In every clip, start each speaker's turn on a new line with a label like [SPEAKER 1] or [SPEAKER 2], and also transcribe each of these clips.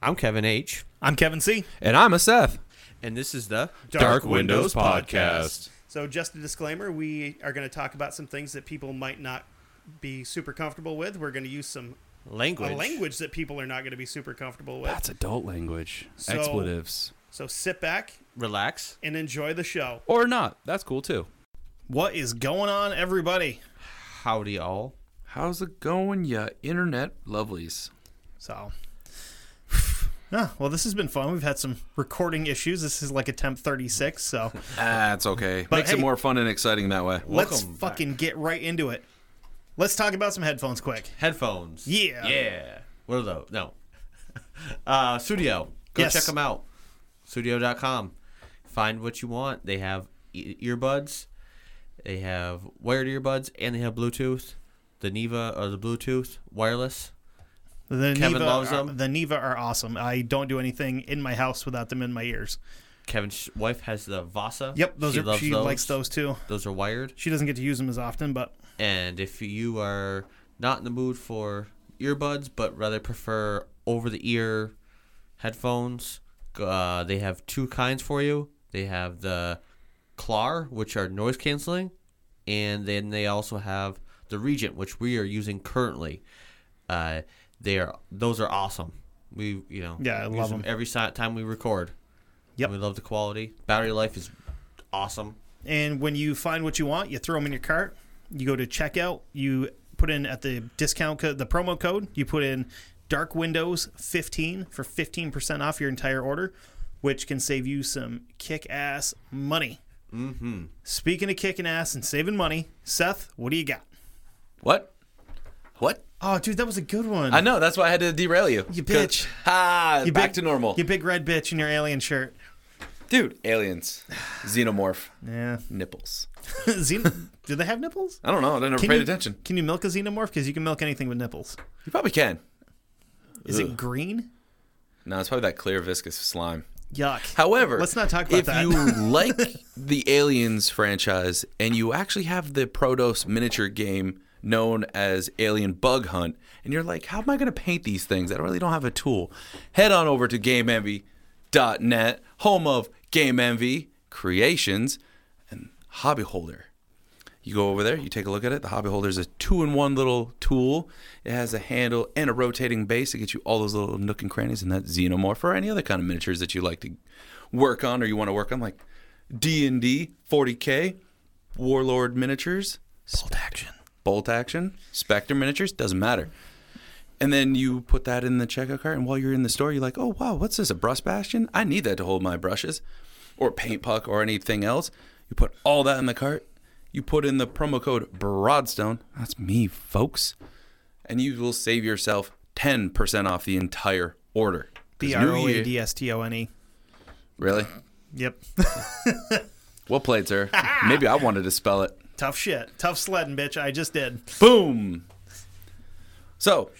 [SPEAKER 1] I'm Kevin H.
[SPEAKER 2] I'm Kevin C.
[SPEAKER 3] And I'm a Seth.
[SPEAKER 1] And this is the
[SPEAKER 2] Dark Windows So, just a disclaimer we are going to talk about some things that people might not be super comfortable with. We're going to use some a
[SPEAKER 1] language.
[SPEAKER 2] language that people are not going to be super comfortable with.
[SPEAKER 3] That's adult language.
[SPEAKER 2] So-
[SPEAKER 3] Expletives.
[SPEAKER 2] So, sit back
[SPEAKER 1] Relax.
[SPEAKER 2] and enjoy the show.
[SPEAKER 3] Or not. That's cool too.
[SPEAKER 4] What is going on, everybody?
[SPEAKER 1] Howdy all.
[SPEAKER 3] How's it going, ya internet lovelies?
[SPEAKER 4] So, yeah, well, this has been fun. We've had some recording issues. This is like attempt 36, so
[SPEAKER 3] That's okay.
[SPEAKER 4] But
[SPEAKER 3] Makes
[SPEAKER 4] hey-
[SPEAKER 3] it more fun and exciting that way.
[SPEAKER 4] let's fucking get right into it. Let's talk about some headphones quick.
[SPEAKER 1] Headphones.
[SPEAKER 4] Yeah.
[SPEAKER 1] Yeah. What are those? No. Uh, Studio. Go
[SPEAKER 4] Yes.
[SPEAKER 1] check them out. Studio.com. Find what you want. They have e- earbuds. They have wired earbuds and they have Bluetooth. The Neva or the Bluetooth wireless.
[SPEAKER 4] The
[SPEAKER 1] Kevin
[SPEAKER 4] Neva
[SPEAKER 1] loves
[SPEAKER 4] are,
[SPEAKER 1] them.
[SPEAKER 4] The Neva are awesome. I don't do anything in my house without them in my ears.
[SPEAKER 1] Kevin's wife has the Vasa.
[SPEAKER 4] Yep, those
[SPEAKER 1] she
[SPEAKER 4] are
[SPEAKER 1] loves
[SPEAKER 4] she
[SPEAKER 1] those.
[SPEAKER 4] likes those too.
[SPEAKER 1] Those are wired.
[SPEAKER 4] She doesn't get to use them as often, but
[SPEAKER 1] And if you are not in the mood for earbuds, but rather prefer over the ear headphones, uh, they have two kinds for you. They have the Clar, which are noise canceling, and then they also have the Regent, which we are using currently. Uh, they are those are awesome. We you know
[SPEAKER 4] Yeah, I
[SPEAKER 1] use
[SPEAKER 4] love
[SPEAKER 1] them
[SPEAKER 4] 'em.
[SPEAKER 1] every si- time we record.
[SPEAKER 4] Yep.
[SPEAKER 1] we love the quality. Battery life is awesome.
[SPEAKER 4] and when you find what you want, you throw them in your cart. You go to checkout. You put in at the discount code, the promo code. You put in Dark Windows 15 for 15% off your entire order, which can save you some kick ass money. Mm-hmm. Speaking of kicking ass and saving money, Seth, what do you got?
[SPEAKER 3] What? What?
[SPEAKER 4] Oh, dude, that was a good one.
[SPEAKER 3] I know. That's why I had to derail you.
[SPEAKER 4] You
[SPEAKER 3] 'Cause-
[SPEAKER 4] bitch.
[SPEAKER 3] Ha!
[SPEAKER 4] You
[SPEAKER 3] back
[SPEAKER 4] big-
[SPEAKER 3] to normal.
[SPEAKER 4] You big red bitch in your alien shirt.
[SPEAKER 3] Dude, aliens. Xenomorph.
[SPEAKER 4] Yeah.
[SPEAKER 3] Nipples.
[SPEAKER 4] Xen- do they have nipples?
[SPEAKER 3] I don't know. I never
[SPEAKER 4] Can
[SPEAKER 3] paid
[SPEAKER 4] you-
[SPEAKER 3] attention.
[SPEAKER 4] Can you milk a xenomorph? Because you can milk anything with nipples.
[SPEAKER 3] You probably can.
[SPEAKER 4] Is it
[SPEAKER 3] Ugh.
[SPEAKER 4] green?
[SPEAKER 3] No, it's probably that clear viscous slime.
[SPEAKER 4] Yuck.
[SPEAKER 3] However,
[SPEAKER 4] Let's not talk about
[SPEAKER 3] if
[SPEAKER 4] that.
[SPEAKER 3] you like the Aliens franchise and you actually have the Protos miniature game known as Alien Bug Hunt, and you're like, how am I going to paint these things? I really don't have a tool. Head on over to GameEnvy.net, home of Game Envy Creations and Hobby Holder. You go over there, you take a look at it. The hobby holder is a two in one little tool. It has a handle and a rotating base to get you all those little nook and crannies and that xenomorph or any other kind of miniatures that you like to work on or you want to work on, like D and D, 40k, Warlord miniatures, bolt action, bolt action, Spectre miniatures. Doesn't matter. And then you put that in the checkout cart, and while you're in the store, you're like, "Oh wow, what's this? A brush bastion? I need that to hold my brushes, or paint puck, or anything else." You put all that in the cart. You put in the promo code Broadstone. That's me, folks, and you will save yourself ten percent off the entire order. 'Cause
[SPEAKER 4] B
[SPEAKER 3] New
[SPEAKER 4] R O A
[SPEAKER 3] Year-
[SPEAKER 4] D S T O N E.
[SPEAKER 3] Really?
[SPEAKER 4] Yep.
[SPEAKER 3] Well played, sir. Maybe I wanted to spell it.
[SPEAKER 4] Tough shit. Tough sledding, bitch. I just did.
[SPEAKER 3] Boom. So,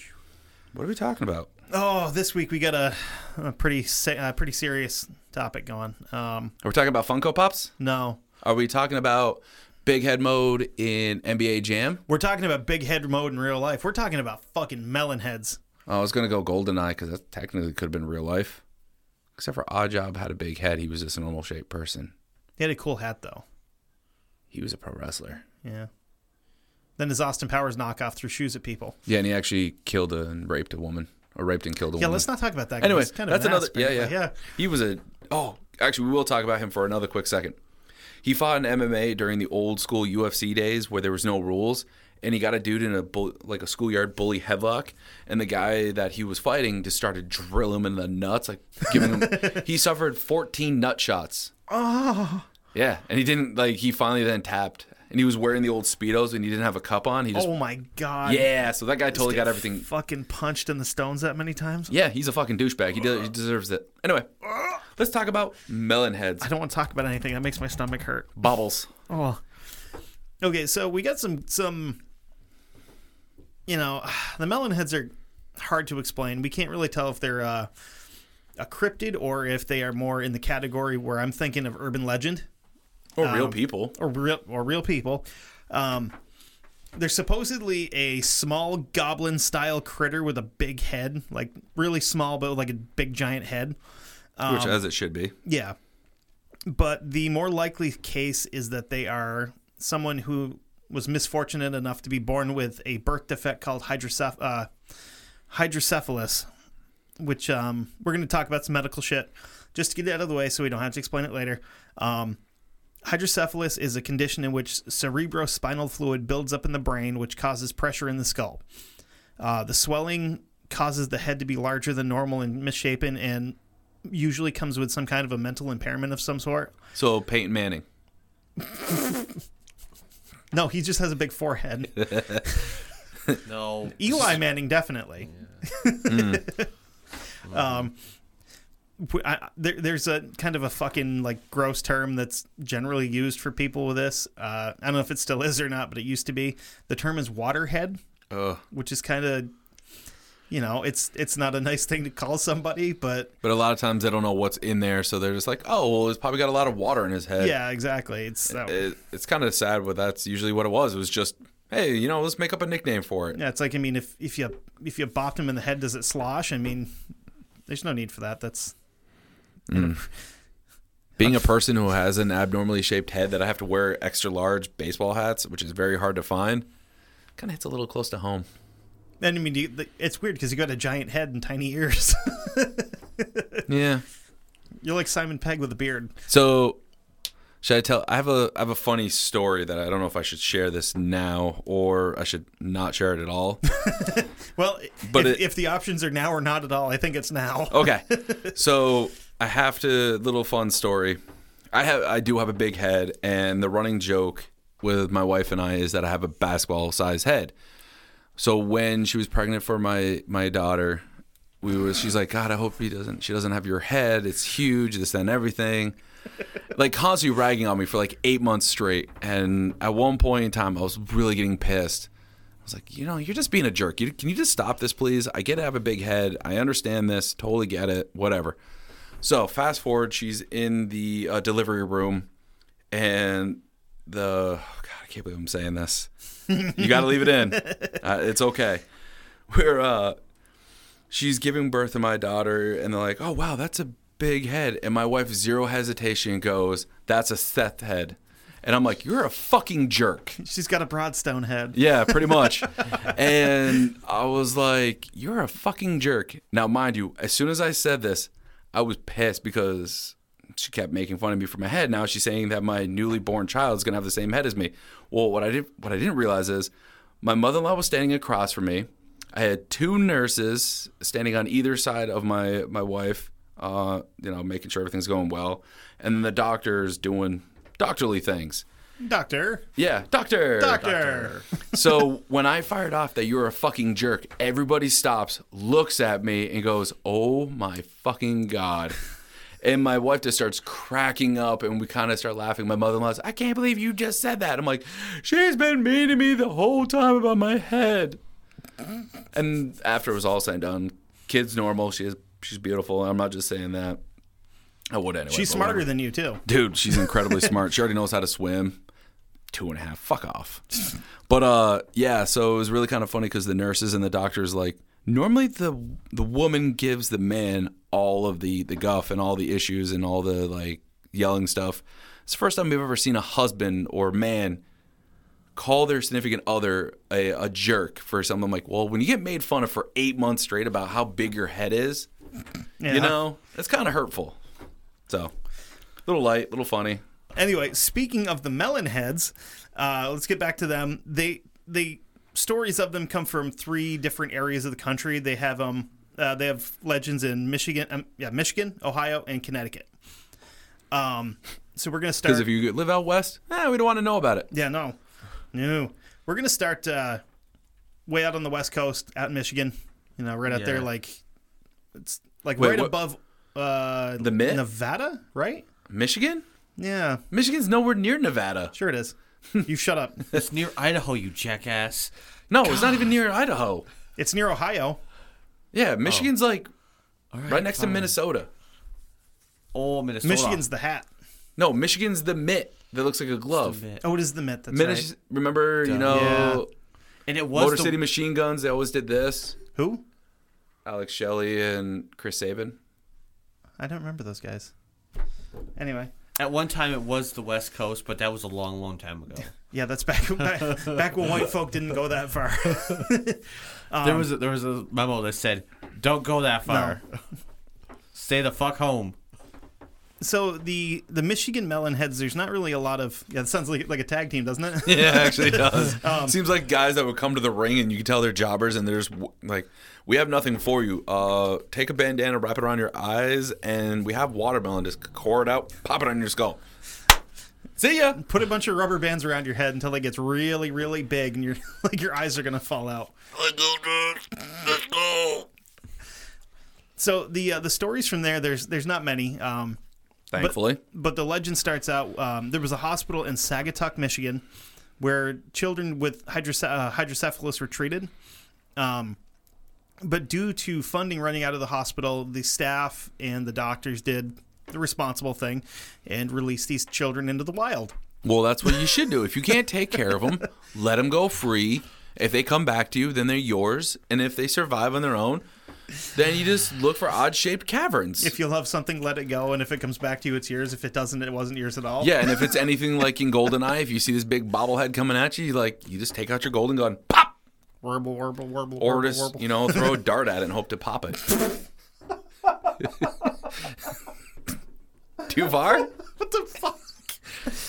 [SPEAKER 3] what are we talking about?
[SPEAKER 4] Oh, this week we got a, a pretty se- uh, pretty serious topic going. Um,
[SPEAKER 3] Are we talking about Funko Pops?
[SPEAKER 4] no,
[SPEAKER 3] Are we talking about big head mode in NBA Jam?
[SPEAKER 4] we're talking about big head mode in real life. We're talking about fucking melon heads.
[SPEAKER 3] Oh, I was gonna go GoldenEye because that technically could have been real life. Except for Oddjob had a big head. He was just a normal shaped person.
[SPEAKER 4] He had a cool hat though.
[SPEAKER 3] He was a pro wrestler.
[SPEAKER 4] Yeah. Then his Austin Powers knockoff threw shoes at people.
[SPEAKER 3] Yeah, and he actually killed and raped a woman, or raped and killed a
[SPEAKER 4] Yeah,
[SPEAKER 3] woman.
[SPEAKER 4] let's not talk about that. 'cause
[SPEAKER 3] Mm. Anyway,
[SPEAKER 4] it's kind of
[SPEAKER 3] that's
[SPEAKER 4] an
[SPEAKER 3] another.
[SPEAKER 4] ass,
[SPEAKER 3] Yeah, yeah,
[SPEAKER 4] basically.
[SPEAKER 3] He was a. Oh, actually, we will talk about him for another quick second. He fought in MMA during the old school UFC days where there was no rules, and he got a dude in a bull, like a schoolyard bully headlock, and the guy that he was fighting just started drilling him in the nuts, like giving him. he suffered 14 nut shots. Oh. Yeah, and he didn't like. He finally then tapped, and he was wearing the old speedos, and he didn't have a cup on. He just.
[SPEAKER 4] Oh my god.
[SPEAKER 3] yeah, so that guy totally got
[SPEAKER 4] Get
[SPEAKER 3] everything.
[SPEAKER 4] Fucking punched in the stones that many times.
[SPEAKER 3] Yeah, he's a fucking douchebag. He, de- he deserves it. Anyway, let's talk about melon heads.
[SPEAKER 4] I don't want to talk about anything. That makes my stomach hurt.
[SPEAKER 3] Bobbles.
[SPEAKER 4] Oh. Okay, so we got some some you know, the melon heads are hard to explain. We can't really tell if they're uh, a cryptid or if they are more in the category where I'm thinking of urban legend
[SPEAKER 3] Or real people.
[SPEAKER 4] or real or real people. Um, There's supposedly a small goblin style critter with a big head, like really small, but with like a big giant head. um,
[SPEAKER 3] which as it should be.
[SPEAKER 4] Yeah. But the more likely case is that they are someone who was misfortunate enough to be born with a birth defect called hydrocep- uh, hydrocephalus, which um, we're going to talk about some medical shit just to get it out of the way so we don't have to explain it later. Um, hydrocephalus is a condition in which cerebrospinal fluid builds up in the brain, which causes pressure in the skull. Uh, the swelling causes the head to be larger than normal and misshapen, and usually comes with some kind of a mental impairment of some sort.
[SPEAKER 3] So Peyton Manning.
[SPEAKER 4] No, he just has a big forehead.
[SPEAKER 1] No.
[SPEAKER 4] Eli Manning, definitely. um, w- I- I- there, there's a kind of a fucking like gross term that's generally used for people with this. Uh, I don't know if it still is or not, but it used to be. The term is waterhead,
[SPEAKER 3] Ugh.
[SPEAKER 4] which is kind of, you know, it's it's not a nice thing to call somebody, but
[SPEAKER 3] But a lot of times they don't know what's in there, so they're just like, "Oh, well, he's probably got a lot of water in his head."
[SPEAKER 4] yeah, exactly. It's that
[SPEAKER 3] It, it's kind of sad, but that's usually what it was. It was just, "Hey, you know, let's make up a nickname for it."
[SPEAKER 4] Yeah, it's like I mean, if if you if you bopped him in the head, does it slosh? I mean, there's no need for that. That's
[SPEAKER 3] Being a person who has an abnormally shaped head that I have to wear extra large baseball hats, which is very hard to find, kind of hits a little close to home.
[SPEAKER 4] and I mean, you, the- it's weird because you got a giant head and tiny ears.
[SPEAKER 3] Yeah.
[SPEAKER 4] You're like Simon Pegg with a beard.
[SPEAKER 3] So, should I tell? I have a I have a funny story that I don't know if I should share this now or I should not share it at all.
[SPEAKER 4] Well,
[SPEAKER 3] But
[SPEAKER 4] if,
[SPEAKER 3] it- Oh.
[SPEAKER 4] if the options are now or not at all, I think it's now.
[SPEAKER 3] Okay. So I have to little fun story. I have I do have a big head and the running joke with my wife and I is that I have a basketball size head. So when she was pregnant for my my daughter, we was she's like, God, I hope he doesn't she doesn't have your head. It's huge, this that, and everything. Like constantly ragging on me for like eight months straight. And at one point in time I was really getting pissed. I was like, you know, you're just being a jerk. You, can you just stop this, please? I get to have a big head. I understand this. Totally get it. Whatever. So fast forward, she's in the uh, delivery room, and the oh God, I can't believe I'm saying this. You got to leave it in. Uh, it's okay. We're uh, she's giving birth to my daughter, and they're like, oh wow, that's a big head. And my wife, zero hesitation, goes, that's a Seth head. And I'm like, you're a fucking jerk.
[SPEAKER 4] She's got a broadstone head.
[SPEAKER 3] Yeah, pretty much. and I was like, "You're a fucking jerk." Now, mind you, as soon as I said this, I was pissed because she kept making fun of me for my head. Now she's saying that my newly born child is gonna have the same head as me. Well, what I did, what I didn't realize is, my mother-in-law was standing across from me. I had two nurses standing on either side of my my wife, uh, you know, making sure everything's going well, and then the doctors doing doctorly things.
[SPEAKER 4] Doctor,
[SPEAKER 3] Yeah, doctor,
[SPEAKER 4] doctor.
[SPEAKER 3] so when I fired off that you're a fucking jerk, everybody stops, looks at me, and goes, "Oh my fucking god." And my wife just starts cracking up, and we kind of start laughing. My mother-in-law's, I can't believe you just said that. I'm like, she's been mean to me the whole time about my head. And after it was all said and done, kid's normal. She is, she's beautiful. I'm not just saying that. I would anyway.
[SPEAKER 4] She's
[SPEAKER 3] but
[SPEAKER 4] smarter
[SPEAKER 3] whatever.
[SPEAKER 4] than you too.
[SPEAKER 3] Dude, she's incredibly smart. She already knows how to swim. Two and a half. Fuck off. But uh, yeah. So it was really kind of funny because the nurses and the doctors like normally the the woman gives the man all of the the guff and all the issues and all the like yelling stuff. It's the first time we've ever seen a husband or man call their significant other a, a jerk for something. I'm like, well, when you get made fun of for eight months straight about how big your head is,
[SPEAKER 4] Yeah.
[SPEAKER 3] you know, it's kind of hurtful. So, little light, little funny.
[SPEAKER 4] Anyway, speaking of the melon heads, uh, let's get back to them. They they stories of them come from three different areas of the country. They have um uh, they have legends in Michigan, um, yeah, Michigan, Ohio, and Connecticut. Um, so we're gonna start.
[SPEAKER 3] Because if you live out west, eh, we don't want to know about it.
[SPEAKER 4] yeah, no, no, we're gonna start uh, way out on the west coast, out in Michigan. You know, right out there,
[SPEAKER 1] Yeah.
[SPEAKER 4] like it's like
[SPEAKER 3] Wait,
[SPEAKER 4] right
[SPEAKER 3] what-
[SPEAKER 4] above uh,
[SPEAKER 3] The Mid?
[SPEAKER 4] Nevada, right?
[SPEAKER 3] Michigan?
[SPEAKER 4] Yeah,
[SPEAKER 3] Michigan's nowhere near Nevada.
[SPEAKER 4] sure it is. You shut up.
[SPEAKER 1] It's near Idaho, you jackass.
[SPEAKER 3] No, it's not even near Idaho.
[SPEAKER 4] It's near Ohio.
[SPEAKER 3] Yeah, Michigan's like
[SPEAKER 1] All
[SPEAKER 3] right next to
[SPEAKER 1] fine.
[SPEAKER 3] Minnesota.
[SPEAKER 1] Oh, Minnesota.
[SPEAKER 4] Michigan's the hat.
[SPEAKER 3] No, Michigan's the mitt that looks like a glove.
[SPEAKER 1] Mitt.
[SPEAKER 4] Oh, it is the Met. That's
[SPEAKER 3] Minis-
[SPEAKER 4] right.
[SPEAKER 3] Remember, you know,
[SPEAKER 1] And it was
[SPEAKER 3] Motor
[SPEAKER 1] the-
[SPEAKER 3] City Machine Guns. They always did this.
[SPEAKER 4] Who?
[SPEAKER 3] Alex Shelley and Chris Sabin.
[SPEAKER 4] I don't remember those guys. Anyway,
[SPEAKER 1] At one time, it was the West Coast, but that was a long, long time ago.
[SPEAKER 4] yeah, that's back back, back when white folk didn't go that far. Um,
[SPEAKER 1] there was a, there was a memo that said, "Don't go that far. Stay the fuck home."
[SPEAKER 4] so the the Michigan Melonheads, there's not really a lot of. Yeah, that sounds like like a tag team, doesn't it?
[SPEAKER 3] Yeah, it actually does.
[SPEAKER 4] Um,
[SPEAKER 3] Seems like guys that would come to the ring and you can tell they're jobbers and they're just w- like, we have nothing for you. Uh, take a bandana, wrap it around your eyes, and we have watermelon. Just core it out, pop it on your skull. See ya.
[SPEAKER 4] Put a bunch of rubber bands around your head until it gets really, really big, and your like your eyes are gonna fall out. So the uh, the stories from there, there's there's not many. Um,
[SPEAKER 3] Thankfully.
[SPEAKER 4] but the legend starts out um, there was a hospital in Sagatuck, Michigan, where children with hydroce- uh, hydrocephalus were treated. Um, but due to funding running out of the hospital, the staff and the doctors did the responsible thing and released these children into the wild.
[SPEAKER 3] Well, that's what you should do. If you can't take care of them, let them go free. If they come back to you, then they're yours. And if they survive on their own, then you just look for odd shaped caverns.
[SPEAKER 4] If you love something, let it go. And if it comes back to you, it's yours. If it doesn't, it wasn't yours at all.
[SPEAKER 3] yeah, and if it's anything like in GoldenEye, if you see this big bobblehead coming at you, you like you just take out your golden gun, pop,
[SPEAKER 4] Warble, warble, warble,
[SPEAKER 3] or
[SPEAKER 4] warble,
[SPEAKER 3] just
[SPEAKER 4] warble.
[SPEAKER 3] you know throw a dart at it and hope to pop it. Too far?
[SPEAKER 4] What the fuck?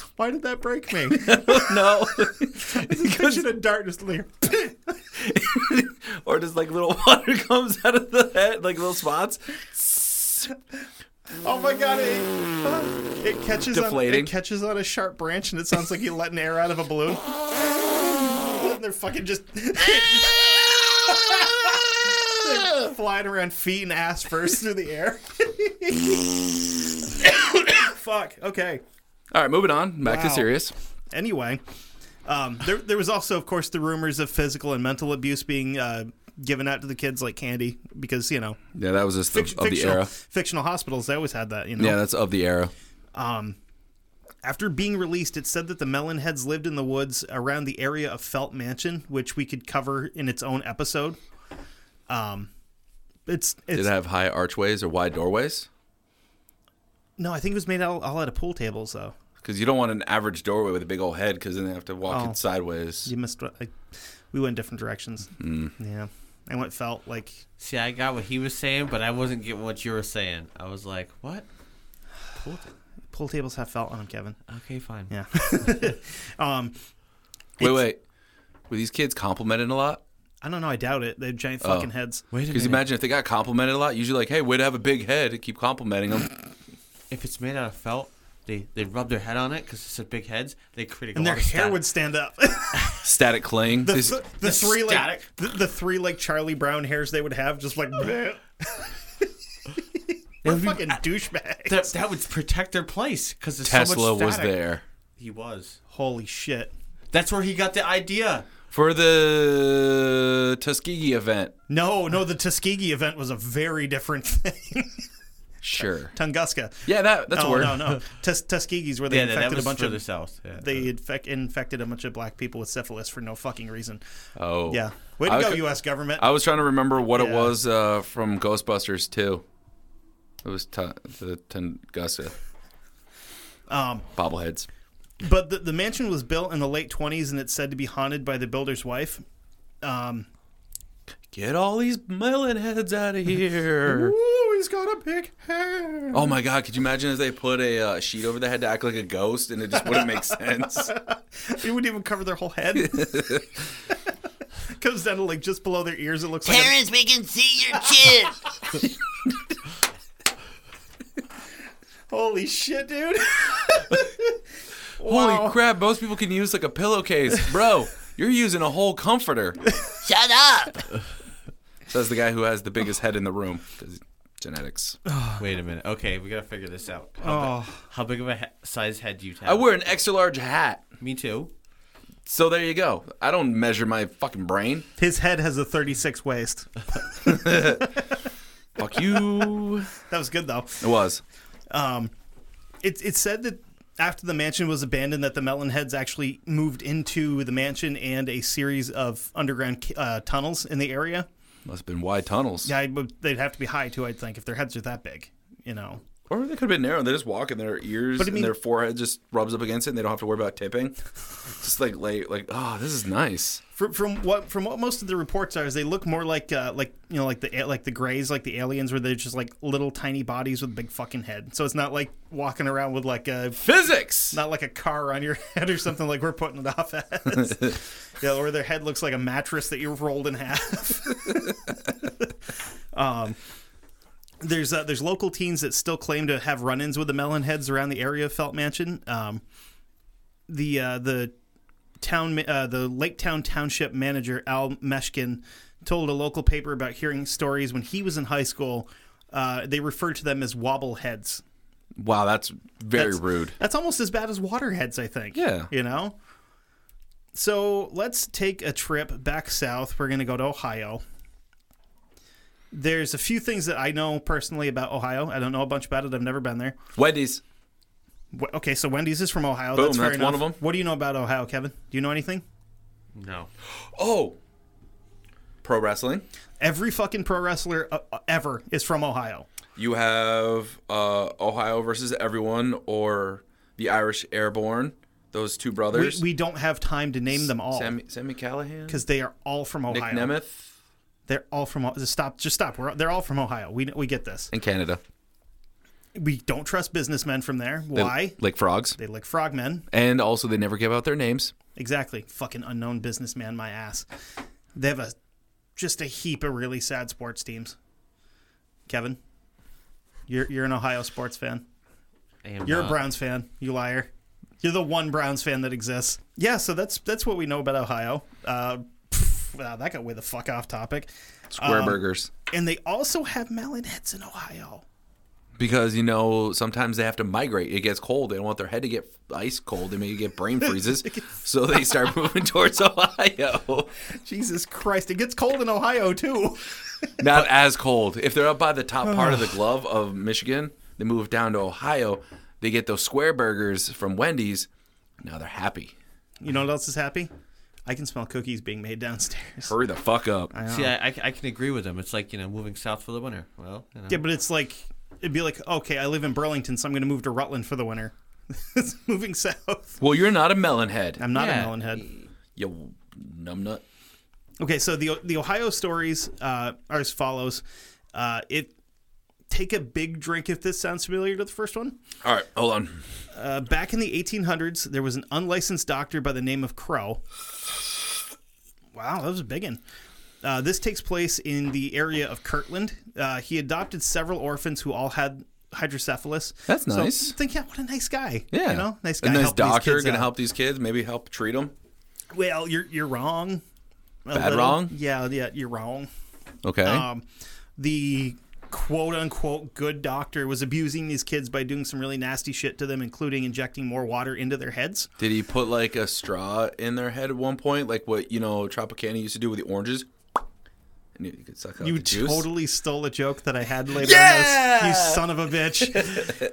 [SPEAKER 4] Why did that break me?
[SPEAKER 3] No.
[SPEAKER 4] I should have dart just like
[SPEAKER 3] or just like little water comes out of the head, like little spots.
[SPEAKER 4] Oh my god! It, it catches on
[SPEAKER 3] Deflating.
[SPEAKER 4] it catches on a sharp branch, and it sounds like you letting air out of a balloon. and they're fucking just they're flying around feet and ass first through the air. Fuck. Okay.
[SPEAKER 3] All right, moving on. Back to
[SPEAKER 4] Wow.
[SPEAKER 3] serious.
[SPEAKER 4] Anyway, um, there there was also, of course, the rumors of physical and mental abuse being uh, given out to the kids like candy because you know
[SPEAKER 3] Yeah, that was just
[SPEAKER 4] fic-
[SPEAKER 3] of, of the
[SPEAKER 4] fictional
[SPEAKER 3] era.
[SPEAKER 4] fictional hospitals they always had that. You know.
[SPEAKER 3] Yeah, that's of the era.
[SPEAKER 4] Um, after being released, it said that the Melonheads lived in the woods around the area of Felt Mansion, which we could cover in its own episode. Um, it's
[SPEAKER 3] Did
[SPEAKER 4] it's
[SPEAKER 3] it have high archways or wide doorways?
[SPEAKER 4] no, I think it was made all, all out of pool tables though.
[SPEAKER 3] Because you don't want an average doorway with a big old head, because then they have to walk
[SPEAKER 4] Oh.
[SPEAKER 3] it sideways.
[SPEAKER 4] You missed. I, we went different directions.
[SPEAKER 1] Hmm.
[SPEAKER 4] Yeah, I went Felt like
[SPEAKER 1] See, I got what he was saying, but I wasn't getting what you were saying. I was like, "What?
[SPEAKER 4] pool tables have Felt on them, Kevin.
[SPEAKER 1] Okay, fine."
[SPEAKER 4] Yeah. um,
[SPEAKER 3] Wait,
[SPEAKER 4] it's-
[SPEAKER 3] wait. Were these kids complimented a lot?
[SPEAKER 4] I don't know. I doubt it. They have giant
[SPEAKER 1] Oh.
[SPEAKER 4] fucking heads.
[SPEAKER 1] Wait a
[SPEAKER 3] Because
[SPEAKER 1] minute.
[SPEAKER 3] imagine if they got complimented a lot, usually like, hey, way to have a big head. Keep complimenting them.
[SPEAKER 1] if it's made out of felt, they they rub their head on it because it's a big heads. They create a
[SPEAKER 4] And
[SPEAKER 1] lot
[SPEAKER 4] their
[SPEAKER 1] of
[SPEAKER 4] hair
[SPEAKER 1] stat-
[SPEAKER 4] would stand up.
[SPEAKER 3] Static cling.
[SPEAKER 4] the,
[SPEAKER 3] These-
[SPEAKER 4] th- the three like
[SPEAKER 1] static.
[SPEAKER 4] the, the three like Charlie Brown hairs they would have, just like bleh.
[SPEAKER 1] That
[SPEAKER 4] we're
[SPEAKER 1] would be-
[SPEAKER 4] fucking douchebags.
[SPEAKER 1] that, that would protect their place because
[SPEAKER 3] Tesla
[SPEAKER 1] so much
[SPEAKER 3] was
[SPEAKER 1] static.
[SPEAKER 3] there.
[SPEAKER 1] He was.
[SPEAKER 4] Holy shit!
[SPEAKER 1] That's where he got the idea.
[SPEAKER 3] For the Tuskegee event,
[SPEAKER 4] No, no, the Tuskegee event was a very different thing.
[SPEAKER 3] sure.
[SPEAKER 4] Tunguska.
[SPEAKER 3] Yeah, that, that's
[SPEAKER 4] no,
[SPEAKER 3] a word.
[SPEAKER 4] no, no. Tus- Tuskegee's where they
[SPEAKER 1] Yeah, that, that
[SPEAKER 4] infected
[SPEAKER 1] was
[SPEAKER 4] a bunch
[SPEAKER 1] further
[SPEAKER 4] of
[SPEAKER 1] south. Yeah.
[SPEAKER 4] they infect, infected a bunch of black people with syphilis for no fucking reason.
[SPEAKER 3] Oh.
[SPEAKER 4] Yeah, way to
[SPEAKER 3] I Uh,
[SPEAKER 4] go,
[SPEAKER 3] cou-
[SPEAKER 4] U.S. government.
[SPEAKER 3] I was trying to remember what it
[SPEAKER 4] Yeah.
[SPEAKER 3] was uh, from Ghostbusters 2. It was t- the Tunguska
[SPEAKER 4] Um,
[SPEAKER 3] bobbleheads.
[SPEAKER 4] But the, the mansion was built in the late 20s and it's said to be haunted by the builder's wife. Um,
[SPEAKER 3] Get all these melon heads out of here.
[SPEAKER 4] Ooh, he's got a big head.
[SPEAKER 3] oh my God, could you imagine if they put a uh, sheet over the head to act like a ghost and it just wouldn't make sense?
[SPEAKER 4] It wouldn't even cover their whole head. Comes down to like just below their ears. It looks like. a-
[SPEAKER 5] Parents, we can see your kid.
[SPEAKER 4] Holy shit, dude!
[SPEAKER 3] Holy crap, most people can use like a pillowcase. Bro, you're using a whole comforter,
[SPEAKER 5] Shut up.
[SPEAKER 3] says the guy who has the biggest head in the room. 'Cause Genetics.
[SPEAKER 1] Wait a minute. Okay, we gotta figure this out. How,
[SPEAKER 4] Oh,
[SPEAKER 1] bi- how big of a he- size head do you have?
[SPEAKER 3] I wear an extra large hat.
[SPEAKER 1] Me too.
[SPEAKER 3] So there you go. I don't measure my fucking brain.
[SPEAKER 4] his head has a 36 waist.
[SPEAKER 3] Fuck you.
[SPEAKER 4] That was good though.
[SPEAKER 3] It was.
[SPEAKER 4] Um, it's it's said that after the mansion was abandoned that the Melonheads actually moved into the mansion and a series of underground uh, tunnels in the area.
[SPEAKER 3] Must have been wide tunnels.
[SPEAKER 4] Yeah, I, would- they'd have to be high too, I'd think, if their heads are that big, you know.
[SPEAKER 3] Or they could have been narrow. They just walk and their ears
[SPEAKER 4] But I mean-
[SPEAKER 3] and their forehead just rubs up against it and they don't have to worry about tipping. just like lay like, oh, this is nice.
[SPEAKER 4] From, from what from what most of the reports are, is they look more like uh, like you know like the like the Greys, like the aliens, where they're just like little tiny bodies with big fucking head. So it's not like walking around with like a
[SPEAKER 3] Physics.
[SPEAKER 4] not like a car on your head or something like we're putting it off as. yeah, or their head looks like a mattress that you've rolled in half. um, there's uh, there's local teens that still claim to have run-ins with the melon heads around the area of Felt Mansion. Um, the uh, the town ma- uh, the Lake Town Township manager Al Meshkin told a local paper about hearing stories when he was in high school. Uh, they referred to them as wobble heads.
[SPEAKER 3] Wow, that's very
[SPEAKER 4] That's-
[SPEAKER 3] rude.
[SPEAKER 4] That's almost as bad as waterheads, I think.
[SPEAKER 3] Yeah.
[SPEAKER 4] You know? So let's take a trip back south. We're going to go to Ohio. There's a few things that I know personally about Ohio. I don't know a bunch about it. I've never been there.
[SPEAKER 3] Wendy's.
[SPEAKER 4] W- Okay, so Wendy's is from Ohio.
[SPEAKER 3] Boom,
[SPEAKER 4] that's fair
[SPEAKER 3] that's
[SPEAKER 4] enough.
[SPEAKER 3] one of 'em.
[SPEAKER 4] What do you know about Ohio, Kevin? Do you know anything?
[SPEAKER 1] No.
[SPEAKER 3] Oh. Pro wrestling.
[SPEAKER 4] Every fucking pro wrestler uh, uh, ever is from Ohio.
[SPEAKER 3] You have uh, Ohio versus everyone or the Irish Airborne. Those two
[SPEAKER 4] We,
[SPEAKER 3] brothers.
[SPEAKER 4] we don't have time to name them all
[SPEAKER 3] Sammy, Sammy Callahan.
[SPEAKER 4] because they are all from
[SPEAKER 3] Nick
[SPEAKER 4] Ohio.
[SPEAKER 3] Nemeth.
[SPEAKER 4] They're all from. O- Stop. Just stop. We're, they're all from Ohio. We we get this.
[SPEAKER 3] And Canada.
[SPEAKER 4] we don't trust businessmen from there.
[SPEAKER 3] They
[SPEAKER 4] Why?
[SPEAKER 3] Like frogs.
[SPEAKER 4] They lick frogmen.
[SPEAKER 3] And also they never give out their names.
[SPEAKER 4] Exactly. Fucking unknown businessman, my ass. They have a just a heap of really sad sports teams. Kevin, you're you're an Ohio sports fan.
[SPEAKER 1] I am
[SPEAKER 4] You're a
[SPEAKER 1] not.
[SPEAKER 4] Browns fan. You liar. You're the one Browns fan that exists. Yeah. So that's that's what we know about Ohio. Uh, pff, wow, that got way the fuck off topic.
[SPEAKER 3] Square
[SPEAKER 4] Um,
[SPEAKER 3] burgers.
[SPEAKER 4] And they also have melon heads in Ohio.
[SPEAKER 3] because you know sometimes they have to migrate. It gets cold. They don't want their head to get ice cold. They may get brain freezes, so they start moving towards Ohio.
[SPEAKER 4] Jesus Christ! It gets cold in Ohio too.
[SPEAKER 3] Not as cold. If they're up by the top part of the glove of Michigan, they move down to Ohio. They get those square burgers from Wendy's. Now they're happy.
[SPEAKER 4] You know what else is happy? I can smell cookies being made downstairs.
[SPEAKER 3] Hurry the fuck up.
[SPEAKER 1] See, I, I, I can agree with them. It's like, you know, moving south for the winter. Well, you know.
[SPEAKER 4] Yeah, but it's like it'd be like, okay, I live in Burlington, so I'm going to move to Rutland for the winter. it's moving south.
[SPEAKER 3] Well, you're not a melon head.
[SPEAKER 4] I'm not
[SPEAKER 1] Yeah.
[SPEAKER 4] a melon head.
[SPEAKER 3] You numbnut.
[SPEAKER 4] Okay, so the the Ohio stories uh, are as follows. Uh, it take a big drink if this sounds familiar to the first one.
[SPEAKER 3] All right, hold on.
[SPEAKER 4] Uh, back in the 1800s, there was an unlicensed doctor by the name of Crow. Wow, that was a big one. Uh, this takes place in the area of Kirtland. Uh, he adopted several orphans who all had hydrocephalus.
[SPEAKER 3] That's
[SPEAKER 4] So
[SPEAKER 3] nice.
[SPEAKER 4] think, yeah, what a nice guy.
[SPEAKER 3] Yeah,
[SPEAKER 4] you know, nice guy.
[SPEAKER 3] A nice
[SPEAKER 4] helping these
[SPEAKER 3] doctor
[SPEAKER 4] kids
[SPEAKER 3] gonna
[SPEAKER 4] out.
[SPEAKER 3] help these kids. Maybe help treat them.
[SPEAKER 4] Well, you're you're wrong. A
[SPEAKER 3] Bad wrong?
[SPEAKER 4] Yeah, yeah, you're wrong.
[SPEAKER 3] Okay.
[SPEAKER 4] Um, the quote unquote good doctor was abusing these kids by doing some really nasty shit to them, including injecting more water into their heads.
[SPEAKER 3] Did he put like a straw in their head at one point, like what you know Tropicana used to do with the oranges? And you could suck out
[SPEAKER 4] You
[SPEAKER 3] the juice.
[SPEAKER 4] totally stole a joke that I had later on
[SPEAKER 3] Yeah!
[SPEAKER 4] this. You son of a bitch.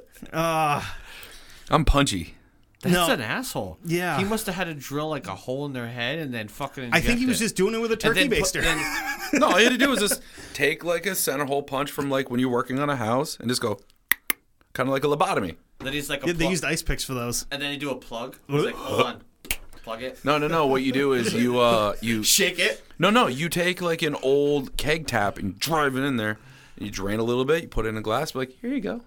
[SPEAKER 3] I'm punchy.
[SPEAKER 1] That's
[SPEAKER 4] No.
[SPEAKER 1] an asshole.
[SPEAKER 4] Yeah.
[SPEAKER 1] He must have had to drill like a hole in their head and then fucking.
[SPEAKER 4] I think he
[SPEAKER 1] inject
[SPEAKER 4] was
[SPEAKER 1] it.
[SPEAKER 4] just doing it with a
[SPEAKER 1] And
[SPEAKER 4] turkey
[SPEAKER 1] then put-
[SPEAKER 4] baster.
[SPEAKER 1] then-
[SPEAKER 3] No, all you had to do was just take like a center hole punch from like when you're working on a house and just go, kind of like a lobotomy.
[SPEAKER 1] then he's like a
[SPEAKER 4] Yeah, they
[SPEAKER 1] plug-
[SPEAKER 4] used ice picks for those.
[SPEAKER 1] and then you do a plug. He's like, hold on, plug it.
[SPEAKER 3] No, no, no. What you do is you uh you
[SPEAKER 1] Shake it.
[SPEAKER 3] no no you take like an old keg tap and drive it in there. You drain a little bit. You put it in a glass. Be like, here you go,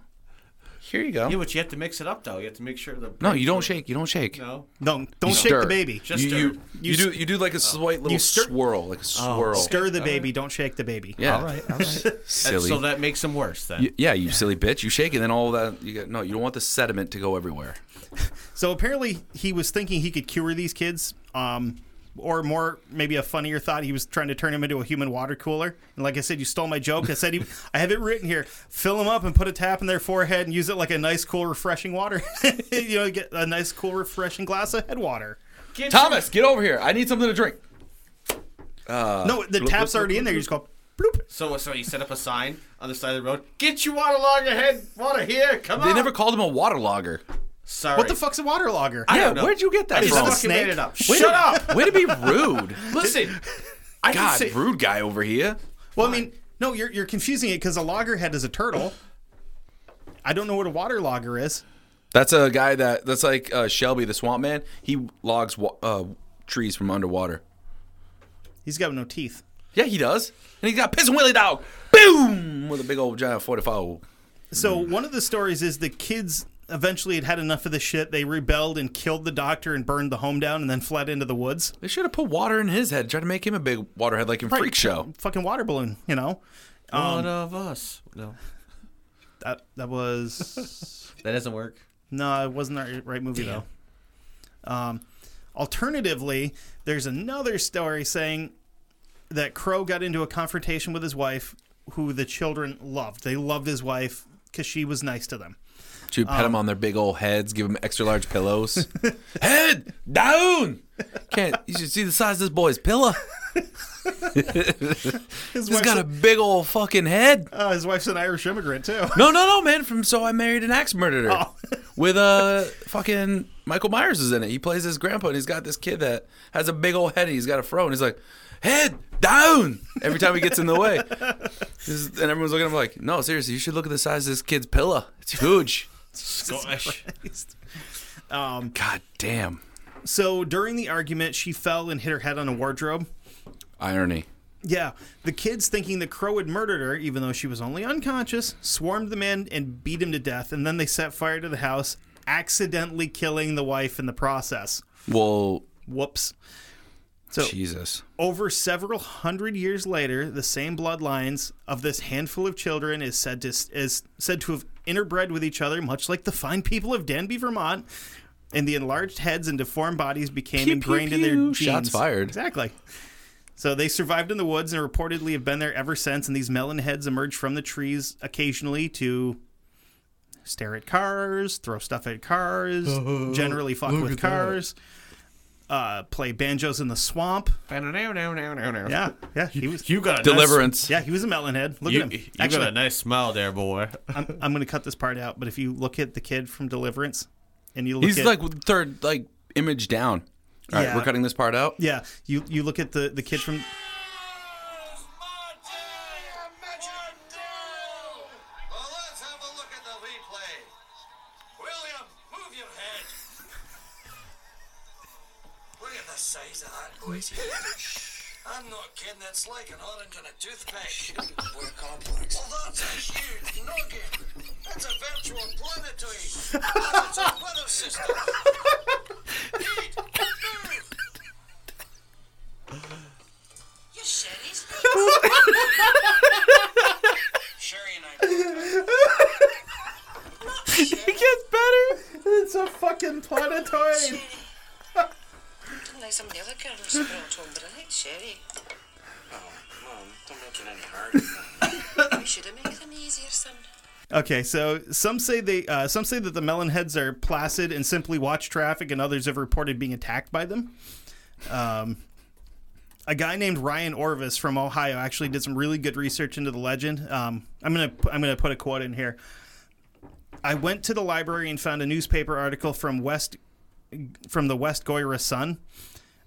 [SPEAKER 3] here you
[SPEAKER 1] Yeah,
[SPEAKER 3] go.
[SPEAKER 1] but you have to mix it up though. You have to make sure the.
[SPEAKER 3] No, you don't shake. You don't shake.
[SPEAKER 1] No.
[SPEAKER 4] No, don't
[SPEAKER 3] You
[SPEAKER 4] shake
[SPEAKER 3] stir.
[SPEAKER 4] the baby.
[SPEAKER 1] Just
[SPEAKER 3] you, you,
[SPEAKER 1] stir. Oh.
[SPEAKER 3] you do you do like a slight little
[SPEAKER 4] You stir-
[SPEAKER 3] swirl, like a swirl.
[SPEAKER 4] Stir the baby, don't shake the baby.
[SPEAKER 3] Yeah. All right. All right.
[SPEAKER 1] And
[SPEAKER 3] silly.
[SPEAKER 1] So that makes them worse then.
[SPEAKER 3] Y- yeah, you silly bitch. You shake it, then all that you get. No, you don't want the sediment to go everywhere.
[SPEAKER 4] So apparently he was thinking he could cure these kids. Um or more maybe a funnier thought he was trying to turn him into a human water cooler and like i said you stole my joke i said he, i have it written here fill them up and put a tap in their forehead and use it like a nice cool refreshing water you know get a nice cool refreshing glass of head water
[SPEAKER 1] Get
[SPEAKER 3] Thomas, get over here. I need something to drink.
[SPEAKER 4] No, the tap's already in there. You just go bloop.
[SPEAKER 1] So so you set up a sign on the side of the road. Get your water log ahead. Water here. Come on.
[SPEAKER 3] They never called him a water logger.
[SPEAKER 1] Sorry.
[SPEAKER 4] What the fuck's a water logger?
[SPEAKER 1] I
[SPEAKER 3] Yeah,
[SPEAKER 1] don't know.
[SPEAKER 3] where'd you get that
[SPEAKER 1] I just
[SPEAKER 3] from?
[SPEAKER 1] fucking made
[SPEAKER 4] Snake?
[SPEAKER 1] it up.
[SPEAKER 3] Way
[SPEAKER 1] Shut
[SPEAKER 3] to-
[SPEAKER 1] up.
[SPEAKER 3] Way to be rude.
[SPEAKER 1] Listen. I can
[SPEAKER 3] God,
[SPEAKER 1] say-
[SPEAKER 3] rude guy over here.
[SPEAKER 4] well, I mean, no, you're you're confusing it because a loggerhead is a turtle. I don't know what a water logger is.
[SPEAKER 3] That's a guy that that's like uh, Shelby the Swamp Man. He logs wa- uh, trees from underwater.
[SPEAKER 4] He's got no teeth.
[SPEAKER 3] Yeah, he does. And he's got Pissin' Willie dog. Boom! With a big old giant 45.
[SPEAKER 4] So
[SPEAKER 1] Hmm.
[SPEAKER 4] one of the stories is the kids eventually had had enough of the shit. They rebelled and killed the doctor and burned the home down and then fled into the woods.
[SPEAKER 3] They should have put water in his head, try to make him a big water head like in Freak Show.
[SPEAKER 4] Fucking water balloon, you know.
[SPEAKER 1] One of us. No,
[SPEAKER 4] That that was
[SPEAKER 1] that doesn't work.
[SPEAKER 4] no, it wasn't the right movie though. Um, alternatively, there's another story saying that Crow got into a confrontation with his wife, who the children loved. They loved his wife because she was nice to them.
[SPEAKER 3] To pet him on their big old heads, give him extra large pillows. Head down! Can't you should see the size of this boy's pillow?
[SPEAKER 4] His
[SPEAKER 3] He's
[SPEAKER 4] wife's,
[SPEAKER 3] got a big old fucking head.
[SPEAKER 4] uh, his wife's an Irish immigrant too.
[SPEAKER 3] No, no, no, man. From So I Married an Axe Murderer
[SPEAKER 4] Oh.
[SPEAKER 3] with uh, fucking Michael Myers is in it. He plays his grandpa and he's got this kid that has a big old head and he's got a fro and he's like, head down every time he gets in the way. This is- and everyone's looking at him like, no, seriously, you should look at the size of this kid's pillow. It's huge.
[SPEAKER 1] Gosh.
[SPEAKER 3] God damn.
[SPEAKER 4] So during the argument, she fell and hit her head on a wardrobe.
[SPEAKER 3] Irony.
[SPEAKER 4] Yeah, the kids thinking the crow had murdered her, even though she was only unconscious, swarmed the man and beat him to death, and then they set fire to the house, accidentally killing the wife in the process.
[SPEAKER 3] Well,
[SPEAKER 4] Whoops. So,
[SPEAKER 3] Jesus.
[SPEAKER 4] over several hundred years later, the same bloodlines of this handful of children is said to is said to have interbred with each other, much like the fine people of Danby, Vermont. And the enlarged heads and deformed bodies became
[SPEAKER 3] Pew, pew,
[SPEAKER 4] ingrained in their
[SPEAKER 3] pew.
[SPEAKER 4] genes.
[SPEAKER 3] Shots fired.
[SPEAKER 4] Exactly. So they survived in the woods and reportedly have been there ever since. And these melon heads emerge from the trees occasionally to stare at cars, throw stuff at cars,
[SPEAKER 3] Uh-huh.
[SPEAKER 4] generally fuck with cars, uh, play banjos in the swamp. Yeah, yeah, he was.
[SPEAKER 1] You got a
[SPEAKER 3] Deliverance.
[SPEAKER 4] Yeah, he was a melon head. Look
[SPEAKER 1] Nice, you,
[SPEAKER 4] at him.
[SPEAKER 1] you
[SPEAKER 4] Actually,
[SPEAKER 1] got a nice smile there, boy.
[SPEAKER 4] I'm, I'm going to cut this part out. But if you look at the kid from Deliverance, and you look
[SPEAKER 3] He's
[SPEAKER 4] at
[SPEAKER 3] like with third, like, image down. All right,
[SPEAKER 4] Yeah.
[SPEAKER 3] we're cutting this part out.
[SPEAKER 4] yeah, you you look at the the kid from
[SPEAKER 6] Well, let's have a look at the replay. William, move your head. Look at the size of that boy's head. I'm not kidding, it's like an orange on a toothpick. More complex. Well, that's a huge noggin. That's a virtual planetoid. That's a weather system. Reed, move.
[SPEAKER 5] You said he's
[SPEAKER 6] Sherry and I both
[SPEAKER 4] it's a fucking planetoid.
[SPEAKER 5] Like some of the other girls were all told, but I like Sherry.
[SPEAKER 6] Mom, don't make it any harder.
[SPEAKER 5] We should have made them easier, son.
[SPEAKER 4] Okay, so some say they uh, some say that the melon heads are placid and simply watch traffic, and others have reported being attacked by them. Um, a guy named Ryan Orvis from Ohio actually did some really good research into the legend. Um, I'm gonna pu- I'm gonna put a quote in here. I went to the library and found a newspaper article from West from the West Goyra Sun,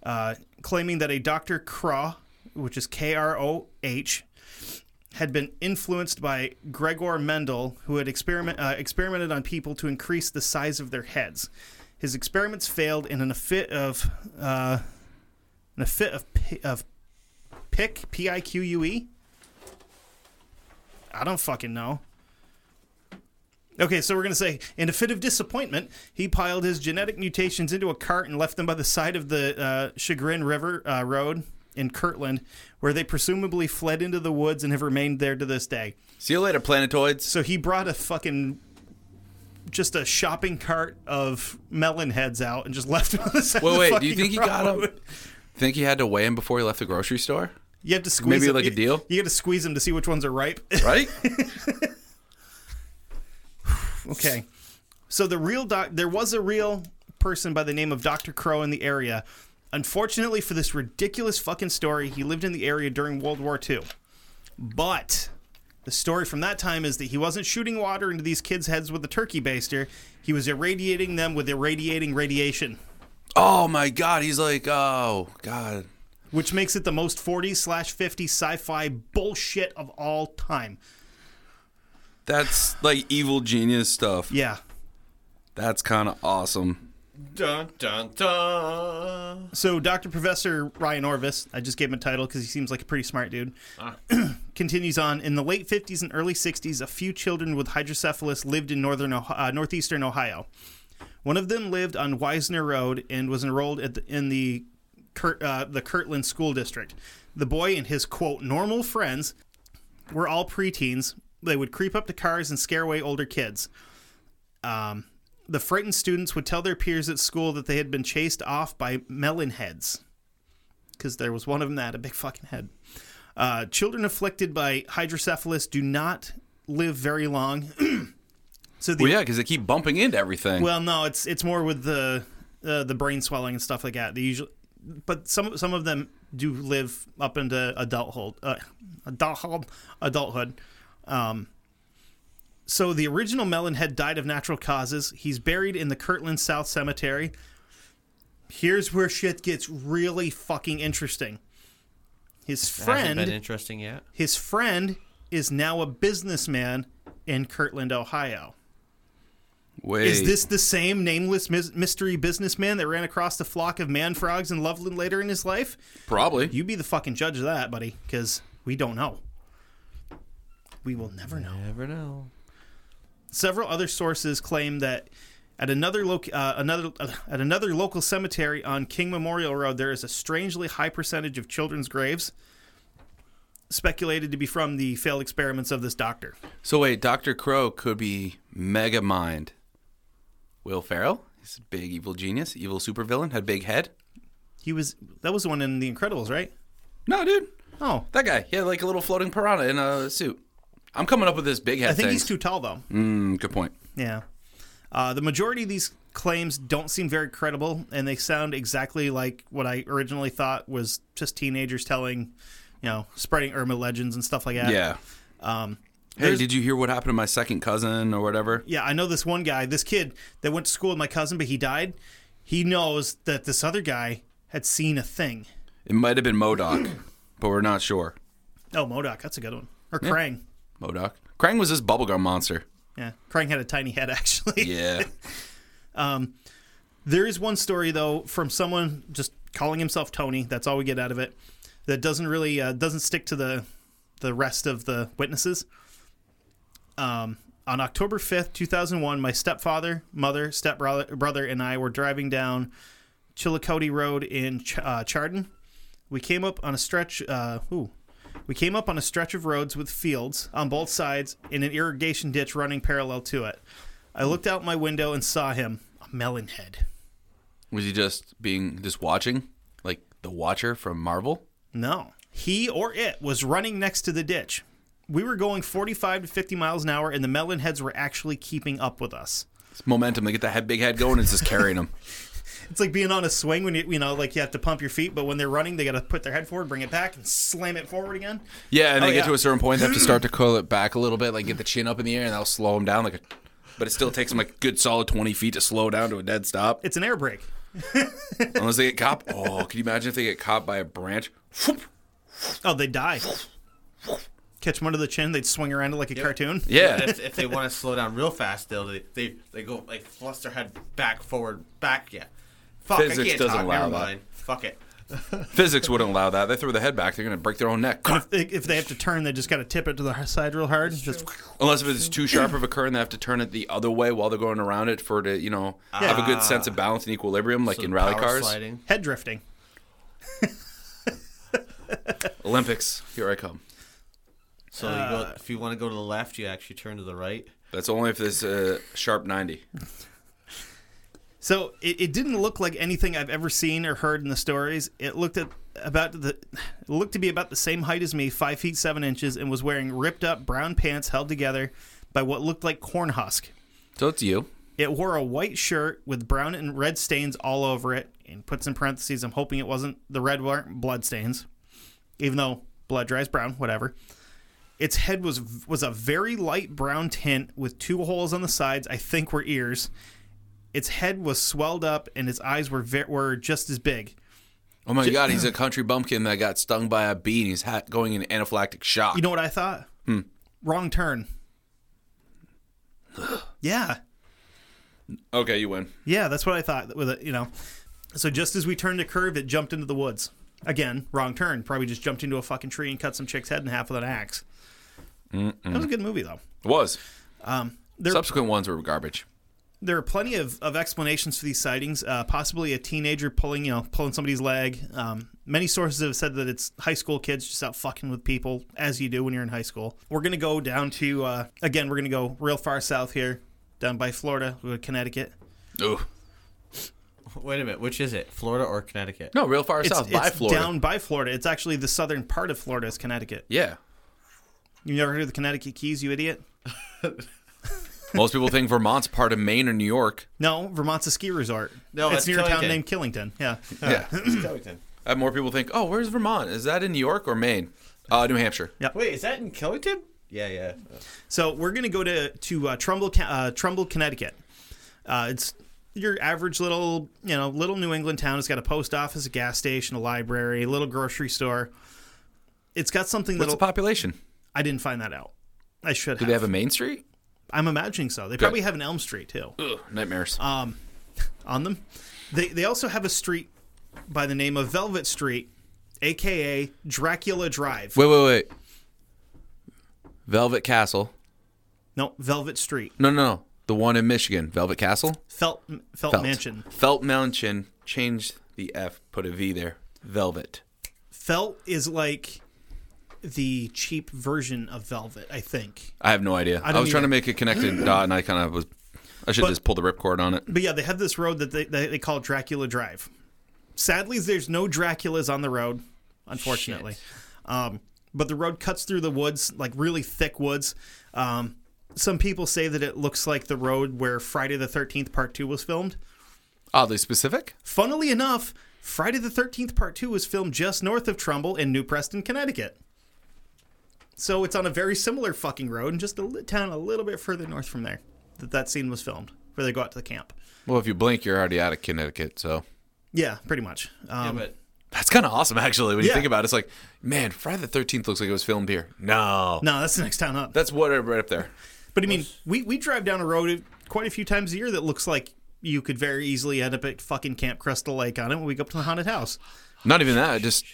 [SPEAKER 4] uh, claiming that a Dr. Craw, which is K R O H, had been influenced by Gregor Mendel, who had experiment, uh, experimented on people to increase the size of their heads. His experiments failed, and in a fit of uh, in a fit of pi- of pick p i q u e. I don't fucking know. Okay, so we're gonna say in a fit of disappointment, he piled his genetic mutations into a cart and left them by the side of the uh, Chagrin River uh, Road in Kirtland, where they presumably fled into the woods and have remained there to this day.
[SPEAKER 3] See you later, planetoids.
[SPEAKER 4] So he brought a fucking just a shopping cart of melon heads out and just left them on the side. of
[SPEAKER 3] Wait,
[SPEAKER 4] the
[SPEAKER 3] wait. Do you
[SPEAKER 4] fucking
[SPEAKER 3] think he got
[SPEAKER 4] road.
[SPEAKER 3] him? Think he had to weigh him before he left the grocery store?
[SPEAKER 4] You have to squeeze
[SPEAKER 3] Maybe
[SPEAKER 4] them.
[SPEAKER 3] like a
[SPEAKER 4] You-
[SPEAKER 3] deal?
[SPEAKER 4] You, got to squeeze them to see which ones are ripe.
[SPEAKER 3] Right?
[SPEAKER 4] okay. So the real doc, there was a real person by the name of Dr. Crow in the area. Unfortunately for this ridiculous fucking story, he lived in the area during World War II. But The story from that time is that he wasn't shooting water into these kids' heads with a turkey baster. He was irradiating them with irradiating radiation,
[SPEAKER 3] Oh my God. He's like, oh God.
[SPEAKER 4] which makes it the most 40 slash 50 sci fi bullshit of all time.
[SPEAKER 3] That's like evil genius stuff.
[SPEAKER 4] Yeah.
[SPEAKER 3] That's kind of awesome.
[SPEAKER 1] Dun dun dun.
[SPEAKER 4] So, Dr. Professor Ryan Orvis, I just gave him a title because he seems like a pretty smart dude, continues on In the late 50s and early 60s, a few children with hydrocephalus lived in northern Ohio, uh, northeastern Ohio. One of them lived on Wisner Road and was enrolled at the, in the, Curt, uh, the Kirtland School District. The boy and his, quote, normal friends were all preteens. They would creep up to cars and scare away older kids. Um, the frightened students would tell their peers at school that they had been chased off by melon heads because there was one of them that had a big fucking head. Uh, children afflicted by hydrocephalus do not live very long. so the
[SPEAKER 3] Well, yeah, because they keep bumping into everything.
[SPEAKER 4] well, no, it's it's more with the uh, the brain swelling and stuff like that. They usually, but some some of them do live up into adulthood, uh, adulthood, adulthood. Um, so the original Melonhead died of natural causes. He's buried in the Kirtland South Cemetery. Here's where shit gets really fucking interesting. His
[SPEAKER 1] Hasn't been
[SPEAKER 4] friend,
[SPEAKER 1] interesting yet.
[SPEAKER 4] his friend, is now a businessman in Kirtland, Ohio.
[SPEAKER 3] Wait.
[SPEAKER 4] Is this the same nameless mys- mystery businessman that ran across the flock of man frogs in Loveland later in his life?
[SPEAKER 3] probably?
[SPEAKER 4] You be the fucking judge of that, buddy, because we don't know. We will never know.
[SPEAKER 1] Never know.
[SPEAKER 4] Several other sources claim that at another loc uh, another uh, at another local cemetery on King Memorial Road, there is a strangely high percentage of children's graves speculated to be from the failed experiments of this doctor.
[SPEAKER 3] so wait, Doctor Crow could be Mega Mind. Will Ferrell? He's a big evil genius, evil supervillain, had a big head.
[SPEAKER 4] He was that was the one in The Incredibles, right?
[SPEAKER 3] No, dude,
[SPEAKER 4] Oh,
[SPEAKER 3] that guy. He had like a little floating piranha in a suit. I'm coming up with this big head
[SPEAKER 4] I think
[SPEAKER 3] thing.
[SPEAKER 4] he's too tall though.
[SPEAKER 3] Mm, good point.
[SPEAKER 4] Yeah. Uh, the majority of these claims don't seem very credible, and they sound exactly like what I originally thought was just teenagers telling, you know, spreading Irma legends and stuff like that.
[SPEAKER 3] Yeah.
[SPEAKER 4] Um,
[SPEAKER 3] Hey, did you hear what happened to my second cousin or whatever?
[SPEAKER 4] yeah, I know this one guy, this kid that went to school with my cousin, but he died. He knows that this other guy had seen a thing.
[SPEAKER 3] It might have been Modoc, but we're not sure.
[SPEAKER 4] Oh, Modoc, that's a good one. Or Krang.
[SPEAKER 3] Modoc. Krang was this bubblegum monster.
[SPEAKER 4] Yeah, Krang had a tiny head actually.
[SPEAKER 3] Yeah.
[SPEAKER 4] There is one story though from someone just calling himself Tony. That's all we get out of it. That doesn't really uh, doesn't stick to the the rest of the witnesses. Um, on October fifth, two thousand one, my stepfather, mother, stepbrother, brother, and I were driving down Chillicothe Road in Ch- uh, Chardon. We came up on a stretch. Uh, ooh, we came up on a stretch of roads with fields on both sides and an irrigation ditch running parallel to it. I looked out my window and saw him, a melon head.
[SPEAKER 3] was he just being just watching, like the Watcher from Marvel?
[SPEAKER 4] No. He or it was running next to the ditch. We were going 45 to 50 miles an hour, and the melon heads were actually keeping up with us.
[SPEAKER 3] It's momentum. They get that head, big head going. It's just carrying him.
[SPEAKER 4] It's like being on a swing when you, you know, like you have to pump your feet, but when they're running, they got to put their head forward, bring it back, and slam it forward again.
[SPEAKER 3] Yeah, and they
[SPEAKER 4] Oh,
[SPEAKER 3] get
[SPEAKER 4] yeah.
[SPEAKER 3] to a certain point, they have to start to curl it back a little bit, like get the chin up in the air, and that'll slow him down. Like, a, but it still takes them like a good solid twenty feet to slow down to a dead stop.
[SPEAKER 4] It's an air brake.
[SPEAKER 3] Unless they get caught. Oh, can you imagine if they get caught by a branch? Whoop.
[SPEAKER 4] Oh, they die. Catch them under the chin, they'd swing around it like a cartoon.
[SPEAKER 3] Yeah,
[SPEAKER 1] if, if they want to slow down real fast, they'll they they, they go like thrust their head back, forward, back. Yeah. Fuck, I
[SPEAKER 3] Physics
[SPEAKER 1] can't
[SPEAKER 3] doesn't
[SPEAKER 1] talk.
[SPEAKER 3] allow
[SPEAKER 1] Never
[SPEAKER 3] that.
[SPEAKER 1] mind. Fuck it.
[SPEAKER 3] physics wouldn't allow that. They throw the head back, they're gonna break their own neck.
[SPEAKER 4] If if they have to turn, they just got to tip it to the side real hard. Just,
[SPEAKER 3] Unless if it's too sharp of a current, they have to turn it the other way while they're going around it for to you know have
[SPEAKER 4] Ah.
[SPEAKER 3] a good sense of balance and equilibrium, like
[SPEAKER 1] So
[SPEAKER 3] in rally
[SPEAKER 1] power
[SPEAKER 3] cars.
[SPEAKER 1] Sliding.
[SPEAKER 4] head drifting.
[SPEAKER 3] Olympics, here I come.
[SPEAKER 1] So you go, if you want to go to the left, you actually turn to the right.
[SPEAKER 3] That's only if there's a sharp ninety.
[SPEAKER 4] So it, it didn't look like anything I've ever seen or heard in the stories. It looked at about the it looked to be about the same height as me, five feet seven inches, and was wearing ripped up brown pants held together by what looked like corn husk.
[SPEAKER 3] So it's you.
[SPEAKER 4] It wore a white shirt with brown and red stains all over it, and puts in parentheses, I'm hoping it wasn't the red weren't blood stains, even though blood dries brown, whatever. Its head was was a very light brown tint with two holes on the sides. I think were ears. Its head was swelled up and its eyes were ve- were just as big.
[SPEAKER 3] Oh my God, he's a country bumpkin that got stung by a bee and he's ha- going in anaphylactic shock.
[SPEAKER 4] You know what I thought? Wrong turn. yeah.
[SPEAKER 3] okay, you win.
[SPEAKER 4] Yeah, that's what I thought with it, you know. So just as we turned a curve, it jumped into the woods. Again, wrong turn. Probably just jumped into a fucking tree and cut some chick's head in half with an axe. That was a good movie though.
[SPEAKER 3] It was.
[SPEAKER 4] Um, There,
[SPEAKER 3] Subsequent ones were garbage.
[SPEAKER 4] there are plenty of, of explanations for these sightings. Uh, possibly a teenager pulling, you know, pulling somebody's leg. Um, many sources have said that it's high school kids just out fucking with people, as you do when you're in high school. We're gonna go down to uh, again. We're gonna go real far south here, down by Florida, we go to Connecticut.
[SPEAKER 3] Ooh.
[SPEAKER 1] Wait a minute, which is it? Florida or Connecticut?
[SPEAKER 3] No, real far
[SPEAKER 4] It's,
[SPEAKER 3] south by
[SPEAKER 4] it's
[SPEAKER 3] Florida.
[SPEAKER 4] down by Florida. It's actually the southern part of Florida is Connecticut.
[SPEAKER 3] Yeah.
[SPEAKER 4] You never heard of the Connecticut Keys, you idiot?
[SPEAKER 3] Most people think Vermont's part of Maine or New York.
[SPEAKER 4] No, Vermont's a ski resort.
[SPEAKER 1] No,
[SPEAKER 4] it's
[SPEAKER 1] it's
[SPEAKER 4] near a town
[SPEAKER 1] Killington.
[SPEAKER 4] named Killington. Yeah,
[SPEAKER 3] Yeah. I have more people think, oh, where's Vermont? Is that in New York or Maine? Uh, New Hampshire.
[SPEAKER 1] Wait, is that in Killington? Yeah, yeah.
[SPEAKER 4] So we're gonna go to to uh, Trumbull, Ca- uh, Trumbull, Connecticut. Uh, it's your average little, you know, little New England town. It's got a post office, a gas station, a library, a little grocery store. It's got something
[SPEAKER 3] What's
[SPEAKER 4] that
[SPEAKER 3] the population?
[SPEAKER 4] I didn't find that out. I should
[SPEAKER 3] Do
[SPEAKER 4] have.
[SPEAKER 3] they have a Main Street?
[SPEAKER 4] I'm imagining so. They probably have an Elm Street too.
[SPEAKER 3] Ugh, nightmares.
[SPEAKER 4] Uh, on them. They they also have a street by the name of Velvet Street, aka Dracula Drive.
[SPEAKER 3] wait, wait, wait. Velvet Castle.
[SPEAKER 4] No, Velvet Street,
[SPEAKER 3] No, no, no. The one in Michigan. Velvet Castle?
[SPEAKER 4] Felt Felt,
[SPEAKER 3] Felt.
[SPEAKER 4] Oh, Mansion,
[SPEAKER 3] Felt Mansion. Changed the F, put a V there. Velvet.
[SPEAKER 4] Felt is like the cheap version of Velvet, I think.
[SPEAKER 3] I have no idea. I,
[SPEAKER 4] don't
[SPEAKER 3] was trying to
[SPEAKER 4] either.
[SPEAKER 3] make a connected dot, and I kind of was. I should
[SPEAKER 4] But-
[SPEAKER 3] just pull the ripcord on it.
[SPEAKER 4] But yeah, they have this road that they they, they call Dracula Drive. Sadly, there's no Draculas on the road, unfortunately. Um, but the road cuts through the woods, like really thick woods. Um, some people say that it looks like the road where Friday the 13th Part 2 was filmed.
[SPEAKER 3] Oddly specific.
[SPEAKER 4] Funnily enough, Friday the 13th Part 2 was filmed just north of Trumbull in New Preston, Connecticut. So it's on a very similar fucking road and just a li- town a little bit further north from there that that scene was filmed where they go out to the camp.
[SPEAKER 3] Well, if you blink, you're already out of Connecticut. So
[SPEAKER 4] Yeah, pretty much.
[SPEAKER 1] Yeah,
[SPEAKER 4] Um,
[SPEAKER 1] but
[SPEAKER 3] that's kind of awesome, actually. When you
[SPEAKER 4] Yeah.
[SPEAKER 3] think about it, it's like, man, Friday the Thirteenth looks like it was filmed here. No,
[SPEAKER 4] no, that's the next town up.
[SPEAKER 3] that's what I right up there.
[SPEAKER 4] But I mean, we, we drive down a road quite a few times a year that looks like you could very easily end up at fucking Camp Crystal Lake on it when we go up to the haunted house.
[SPEAKER 3] Not even that. Just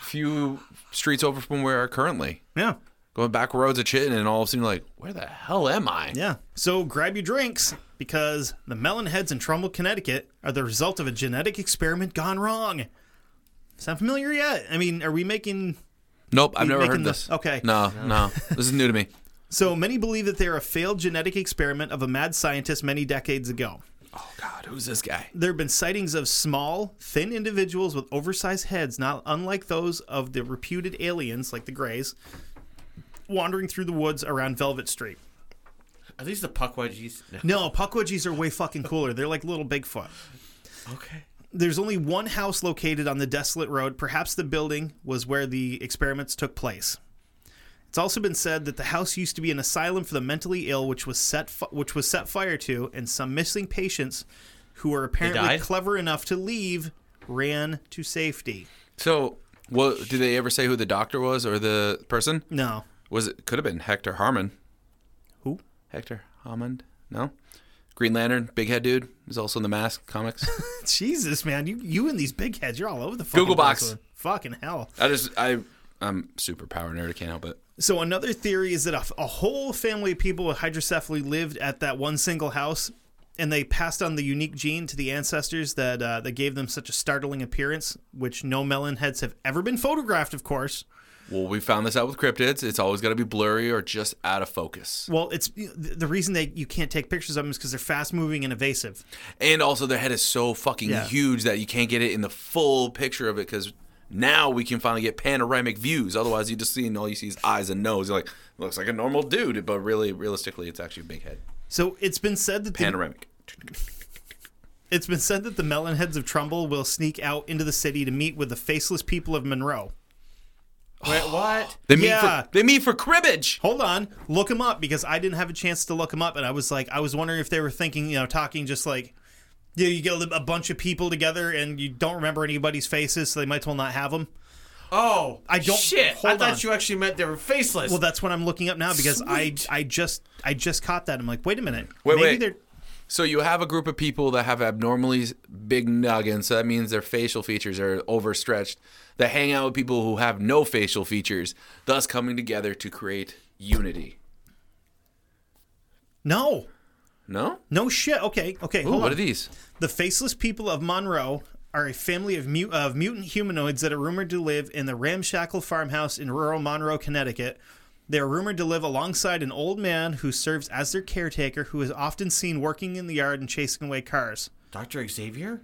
[SPEAKER 3] a few streets over from where we are currently.
[SPEAKER 4] Yeah.
[SPEAKER 3] Going back roads of Chitin, and all of a sudden you're like, where the hell am I?
[SPEAKER 4] Yeah. So grab your drinks because the melon heads in Trumbull, Connecticut are the result of a genetic experiment gone wrong. Sound familiar yet? I mean, are we making.
[SPEAKER 3] Nope, I've
[SPEAKER 4] You're
[SPEAKER 3] never heard
[SPEAKER 4] making the-
[SPEAKER 3] this.
[SPEAKER 4] okay.
[SPEAKER 3] No, no, this is new to me.
[SPEAKER 4] So many believe that they're a failed genetic experiment of a mad scientist many decades ago.
[SPEAKER 3] Oh God, who's this guy?
[SPEAKER 4] There have been sightings of small, thin individuals with oversized heads, not unlike those of the reputed aliens, like the Greys, wandering through the woods around Velvet Street.
[SPEAKER 1] are these the Puckwudgies? No.
[SPEAKER 4] No, Puckwudgies are way fucking cooler. They're like little Bigfoot.
[SPEAKER 1] Okay.
[SPEAKER 4] There's only one house located on the desolate road. Perhaps the building was where the experiments took place. It's also been said that the house used to be an asylum for the mentally ill, which was set fi- which was set fire to, and some missing patients, who were apparently
[SPEAKER 1] died?
[SPEAKER 4] clever enough to leave, ran to safety.
[SPEAKER 3] So, what did they ever say who the doctor was or the person?
[SPEAKER 4] No,
[SPEAKER 3] Was it could have been Hector Harmon?
[SPEAKER 4] Who?
[SPEAKER 3] Hector Hammond? No. Green Lantern, big head dude, is also in the Mask comics.
[SPEAKER 4] Jesus, man, you you and these big heads, you're all over the fucking
[SPEAKER 3] Google
[SPEAKER 4] place
[SPEAKER 3] Box.
[SPEAKER 4] with- Fucking hell.
[SPEAKER 3] I just I I'm super power nerd. I can't help it.
[SPEAKER 4] So another theory is that a, a whole family of people with hydrocephaly lived at that one single house, and they passed on the unique gene to the ancestors that uh, that gave them such a startling appearance, which no melon heads have ever been photographed, of course.
[SPEAKER 3] Well, we found this out with cryptids. It's always got to be blurry or just out of focus.
[SPEAKER 4] Well, it's the the reason that you can't take pictures of them is because they're fast moving and evasive.
[SPEAKER 3] And also, their head is so fucking
[SPEAKER 4] Yeah.
[SPEAKER 3] huge that you can't get it in the full picture of it because now we can finally get panoramic views. Otherwise, you just see and all you see is eyes and nose. You're like, looks like a normal dude, but really, realistically, it's actually a big head.
[SPEAKER 4] So it's been said that the,
[SPEAKER 3] Panoramic.
[SPEAKER 4] it's been said that the melon heads of Trumbull will sneak out into the city to meet with the faceless people of Monroe.
[SPEAKER 2] Wait, what?
[SPEAKER 3] They meet
[SPEAKER 4] Yeah.
[SPEAKER 3] for they meet for cribbage.
[SPEAKER 4] Hold on, look him up because I didn't have a chance to look him up, and I was like, I was wondering if they were thinking, you know, talking just like, you know, you get a bunch of people together and you don't remember anybody's faces, so they might as well not have them.
[SPEAKER 1] Oh,
[SPEAKER 4] I don't-
[SPEAKER 1] Shit, I
[SPEAKER 4] hold
[SPEAKER 1] thought
[SPEAKER 4] on.
[SPEAKER 1] you actually meant they were faceless.
[SPEAKER 4] Well, that's what I'm looking up now because
[SPEAKER 1] Sweet.
[SPEAKER 4] I I just I just caught that. I'm like, wait a minute,
[SPEAKER 3] Wait,
[SPEAKER 4] maybe
[SPEAKER 3] wait.
[SPEAKER 4] they're
[SPEAKER 3] So you have a group of people that have abnormally big noggins, so that means their facial features are overstretched. That hang out with people who have no facial features, thus coming together to create unity.
[SPEAKER 4] no.
[SPEAKER 3] No?
[SPEAKER 4] No shit. Okay. Okay.
[SPEAKER 3] Ooh,
[SPEAKER 4] hold
[SPEAKER 3] what
[SPEAKER 4] on.
[SPEAKER 3] are these?
[SPEAKER 4] The faceless people of Monroe are a family of, mu- of mutant humanoids that are rumored to live in the ramshackle farmhouse in rural Monroe, Connecticut. They are rumored to live alongside an old man who serves as their caretaker, who is often seen working in the yard and chasing away cars.
[SPEAKER 1] Doctor Xavier.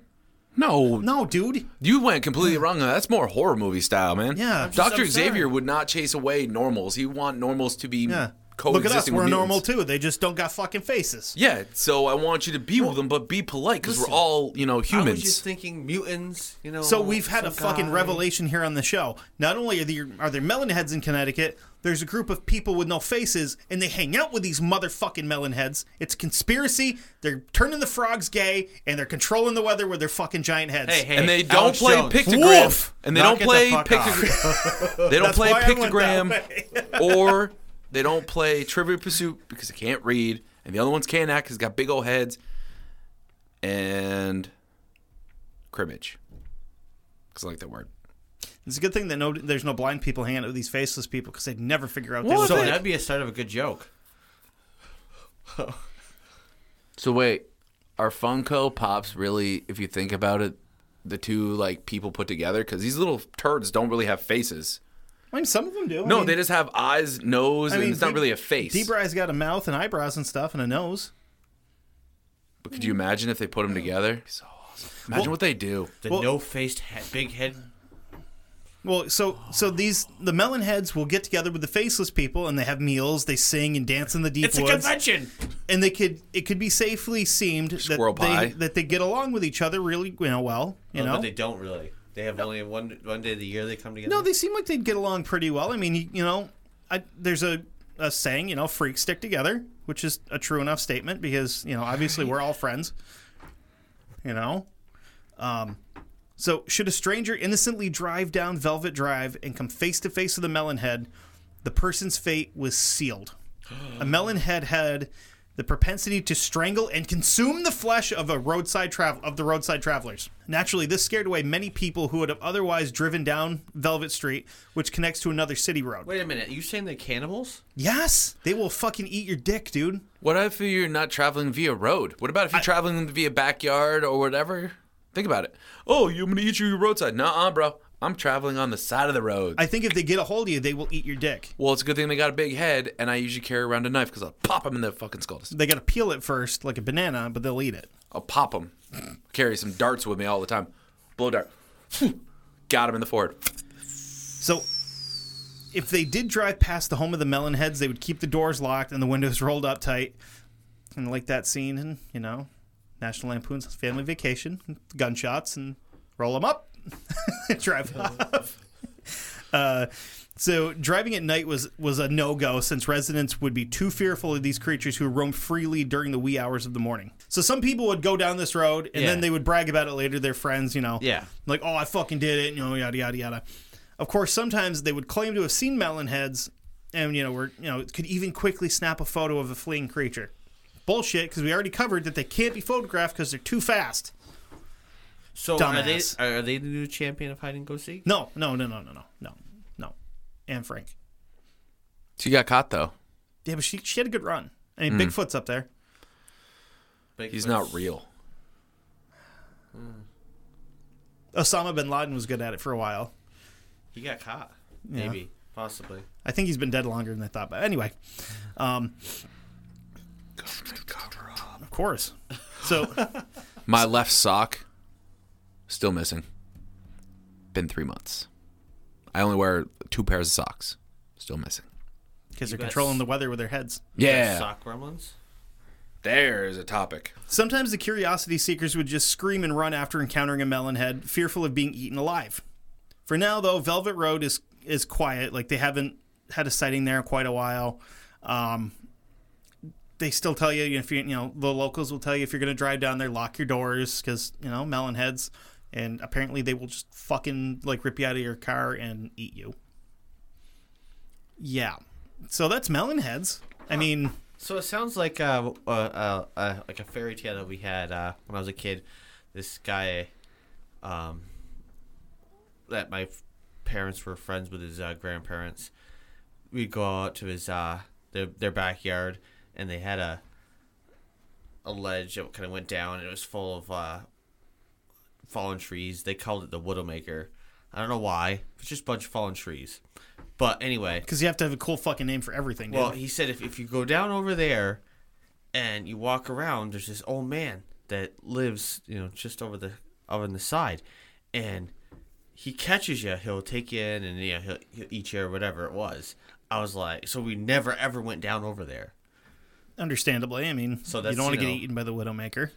[SPEAKER 3] No,
[SPEAKER 4] No, dude.
[SPEAKER 3] you went completely wrong. That's more horror movie style, man.
[SPEAKER 4] Yeah. I'm just-
[SPEAKER 3] Doctor
[SPEAKER 1] I'm sorry.
[SPEAKER 3] Xavier would not chase away normals. He would want normals to be
[SPEAKER 4] Yeah. Look at
[SPEAKER 3] coexisting.
[SPEAKER 4] us.
[SPEAKER 3] with
[SPEAKER 4] We're
[SPEAKER 3] mutants.
[SPEAKER 4] normal too. They just don't got fucking faces.
[SPEAKER 3] Yeah, so I want you to be with them, but be polite because we're
[SPEAKER 1] listen,
[SPEAKER 3] all you know
[SPEAKER 1] I was
[SPEAKER 3] humans.
[SPEAKER 1] just thinking mutants. You know.
[SPEAKER 4] So we've had
[SPEAKER 1] some
[SPEAKER 4] a fucking
[SPEAKER 1] Oh, guy.
[SPEAKER 4] revelation here on the show. Not only are there are there melon heads in Connecticut, there's a group of people with no faces, and they hang out with these motherfucking melon heads. It's a conspiracy. They're turning the frogs gay, and they're controlling the weather with their fucking giant heads.
[SPEAKER 1] Hey, hey,
[SPEAKER 3] and they
[SPEAKER 1] Alex
[SPEAKER 3] don't play
[SPEAKER 1] Jones.
[SPEAKER 3] pictogram.
[SPEAKER 4] Woof!
[SPEAKER 3] And they
[SPEAKER 1] Knock it
[SPEAKER 3] don't
[SPEAKER 1] the
[SPEAKER 3] play
[SPEAKER 1] fuck off.
[SPEAKER 3] pictogram. they don't play
[SPEAKER 4] why I went
[SPEAKER 3] pictogram,
[SPEAKER 4] that way.
[SPEAKER 3] or they don't play Trivia Pursuit because they can't read, and the other ones can't act because got big old heads, and cribbage. Because I like that word.
[SPEAKER 4] It's a good thing that no there's no blind people hanging out with these faceless people because they'd never figure out. They
[SPEAKER 3] What?
[SPEAKER 4] look
[SPEAKER 1] So
[SPEAKER 4] like-
[SPEAKER 1] Oh, that'd be a start of a good joke.
[SPEAKER 3] So wait, are Funko Pops really, if you think about it, the two like people put together? Because these little turds don't really have faces.
[SPEAKER 4] I mean, some of them do. I
[SPEAKER 3] No,
[SPEAKER 4] mean,
[SPEAKER 3] they just have eyes, nose, and it's not
[SPEAKER 4] Deb-
[SPEAKER 3] really a face.
[SPEAKER 4] Debra's got a mouth and eyebrows and stuff and a nose.
[SPEAKER 3] But could you imagine if they put them together? So awesome. Imagine what they do.
[SPEAKER 1] The
[SPEAKER 4] Well-
[SPEAKER 1] no-faced, he- big head.
[SPEAKER 4] Well, so so these the melon heads will get together with the faceless people and they have meals, they sing and dance in the deep
[SPEAKER 1] It's a
[SPEAKER 4] woods,
[SPEAKER 1] convention.
[SPEAKER 4] and they could it could be safely seemed
[SPEAKER 3] Squirrel
[SPEAKER 4] that
[SPEAKER 3] pie.
[SPEAKER 4] they that they get along with each other really you know well, you
[SPEAKER 1] Oh, But
[SPEAKER 4] know.
[SPEAKER 1] they don't really. They have only one one day of the year they come together.
[SPEAKER 4] no, they seem like they'd get along pretty well. I mean, you, you know, I, there's a a saying, you know, freaks stick together, which is a true enough statement because you know obviously we're all friends, you know. Um, so should a stranger innocently drive down Velvet Drive and come face to face with a melon head, the person's fate was sealed. a melon head had the propensity to strangle and consume the flesh of a roadside travel of the roadside travelers. Naturally, this scared away many people who would have otherwise driven down Velvet Street, which connects to another city road.
[SPEAKER 1] Wait a minute. Are you saying they're cannibals?
[SPEAKER 4] Yes, they will fucking eat your dick, dude.
[SPEAKER 3] What if you're not traveling via road? What about if you're traveling via backyard or whatever? Think about it. Oh, you're gonna eat your roadside? Nah, bro. I'm traveling on the side of the road.
[SPEAKER 4] I think if they get a hold of you, they will eat your dick.
[SPEAKER 3] well, it's a good thing they got a big head, and I usually carry around a knife because I'll pop them in the fucking skull. Just-
[SPEAKER 4] They gotta peel it first, like a banana, but they'll eat it.
[SPEAKER 3] I'll pop them. carry some darts with me all the time. Blow dart. got him in the forehead.
[SPEAKER 4] So if they did drive past the home of the melon heads, they would keep the doors locked and the windows rolled up tight. And like that scene in, you know, National Lampoon's Family Vacation, gunshots and roll them up, drive off. Uh, so driving at night was was a no go since residents would be too fearful of these creatures who roam freely during the wee hours of the morning. So some people would go down this road and then
[SPEAKER 1] Yeah.
[SPEAKER 4] they would brag about it later to their friends, you know.
[SPEAKER 1] Yeah.
[SPEAKER 4] Like, oh, I fucking did it, you know, yada yada yada. Of course, sometimes they would claim to have seen melon heads, and you know, were you know, could even quickly snap a photo of a fleeing creature. Bullshit, because we already covered that they can't be photographed because they're too fast.
[SPEAKER 1] So
[SPEAKER 4] Dumbass.
[SPEAKER 1] are they are they the new champion of hide and go seek?
[SPEAKER 4] No, no, no, no, no, no, no, no. And Frank.
[SPEAKER 3] She got caught though.
[SPEAKER 4] Yeah, but she she had a good run. I mean, Bigfoot's up there.
[SPEAKER 1] Bigfoot's-
[SPEAKER 3] He's not real.
[SPEAKER 4] Osama bin Laden was good at it for a while.
[SPEAKER 1] He got caught. Maybe, possibly.
[SPEAKER 4] I think he's been dead longer than I thought. But anyway, um, of course. So
[SPEAKER 3] My left sock, still missing. Been three months. I only wear two pairs of socks. Still missing.
[SPEAKER 4] because they're
[SPEAKER 1] got
[SPEAKER 4] controlling
[SPEAKER 1] s-
[SPEAKER 4] the weather with their heads.
[SPEAKER 3] Yeah.
[SPEAKER 1] Sock gremlins.
[SPEAKER 3] There's a topic.
[SPEAKER 4] Sometimes the curiosity seekers would just scream and run after encountering a melon head, fearful of being eaten alive. For now, though, Velvet Road is is quiet. Like they haven't had a sighting there in quite a while. Um, they still tell you if you you know the locals will tell you if you're going to drive down there, lock your doors because you know melon heads, and apparently they will just fucking like rip you out of your car and eat you. Yeah, so that's melon heads. I mean,
[SPEAKER 1] So it sounds like uh, uh, uh, uh, like a fairy tale that we had uh, when I was a kid. This guy, um, that my f- parents were friends with his uh, grandparents. We'd go out to his uh, their their backyard, and they had a a ledge that kind of went down. And it was full of uh, fallen trees. They called it the Widowmaker. I don't know why. It's just a bunch of fallen trees. But anyway,
[SPEAKER 4] because you have to have a cool fucking name for everything. Dude.
[SPEAKER 1] well, he said if, if you go down over there and you walk around, there's this old man that lives, you know, just over the over on the side, and he catches you. He'll take you in, and you know, he'll, he'll eat you or whatever it was. I was like, so we never ever went down over there.
[SPEAKER 4] Understandably, I mean,
[SPEAKER 1] So
[SPEAKER 4] so
[SPEAKER 1] that's,
[SPEAKER 4] you don't
[SPEAKER 1] you
[SPEAKER 4] want to
[SPEAKER 1] know-
[SPEAKER 4] get eaten by the widowmaker.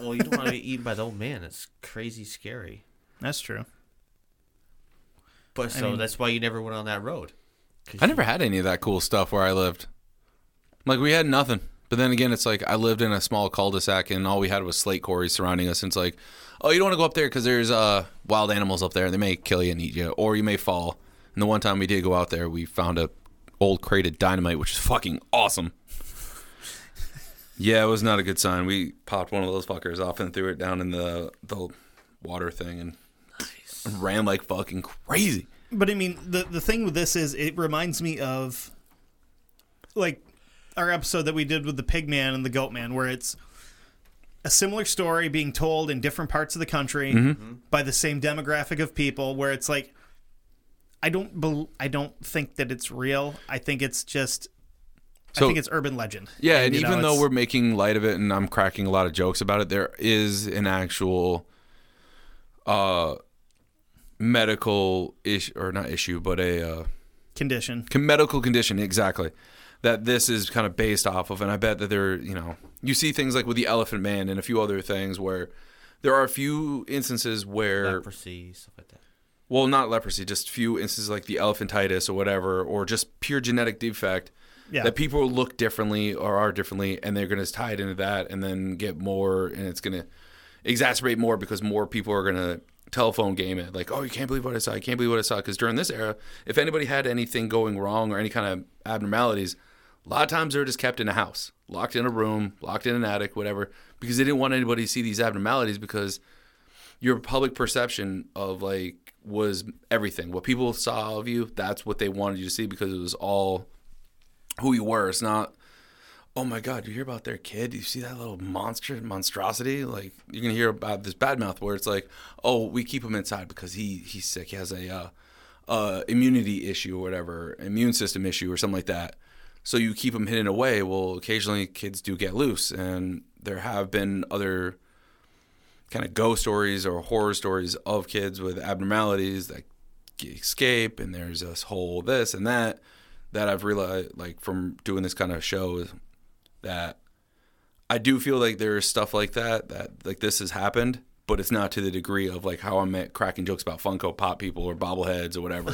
[SPEAKER 1] Well, you don't want to get eaten by the old man. It's crazy scary.
[SPEAKER 4] That's true.
[SPEAKER 1] But so that's why you never went on that road.
[SPEAKER 3] I never had any of that cool stuff where I lived. Like we had nothing. But then again, it's like I lived in a small cul-de-sac and all we had was slate quarries surrounding us. And it's like, oh, you don't want to go up there because there's uh, wild animals up there. They may kill you and eat you, or you may fall. And the one time we did go out there, we found a old crate of dynamite, which is fucking awesome. yeah, it was not a good sign. We popped one of those fuckers off and threw it down in the the water thing and ran like fucking crazy.
[SPEAKER 4] But I mean, the the thing with this is it reminds me of like our episode that we did with the pig man and the goat man, where it's a similar story being told in different parts of the country
[SPEAKER 3] Mm-hmm.
[SPEAKER 4] by the same demographic of people, where it's like I don't bel I don't think that it's real. I think it's just
[SPEAKER 3] So-
[SPEAKER 4] I think it's urban legend.
[SPEAKER 3] Yeah, and,
[SPEAKER 4] you know,
[SPEAKER 3] even though
[SPEAKER 4] it's-
[SPEAKER 3] we're making light of it and I'm cracking a lot of jokes about it, there is an actual uh medical issue or not issue, but a uh
[SPEAKER 4] condition.
[SPEAKER 3] con- medical condition exactly that this is kind of based off of and i bet that there you know you see things like with the elephant man and a few other things where there are a few instances where
[SPEAKER 1] Leprosy, stuff like that.
[SPEAKER 3] well not leprosy just few instances like the elephantitis or whatever or just pure genetic defect
[SPEAKER 4] Yeah.
[SPEAKER 3] that people look differently or are differently and they're going to tie it into that and then get more and it's going to exacerbate more because more people are going to telephone game it like oh you can't believe what i saw i can't believe what i saw because during this era if anybody had anything going wrong or any kind of abnormalities a lot of times they're just kept in a house locked in a room locked in an attic whatever because they didn't want anybody to see these abnormalities because your public perception of like was everything what people saw of you that's what they wanted you to see because it was all who you were it's not oh my god you hear about their kid you see that little monster monstrosity like you're gonna hear about this bad mouth where it's like oh we keep him inside because he he's sick he has a uh, uh, immunity issue or whatever immune system issue or something like that so you keep them hidden away well occasionally kids do get loose and there have been other kind of ghost stories or horror stories of kids with abnormalities that escape and there's this whole this and that that I've realized like from doing this kind of show is that I do feel like there is stuff like that that like this has happened but it's not to the degree of like how I'm at cracking jokes about Funko Pop people or bobbleheads or whatever.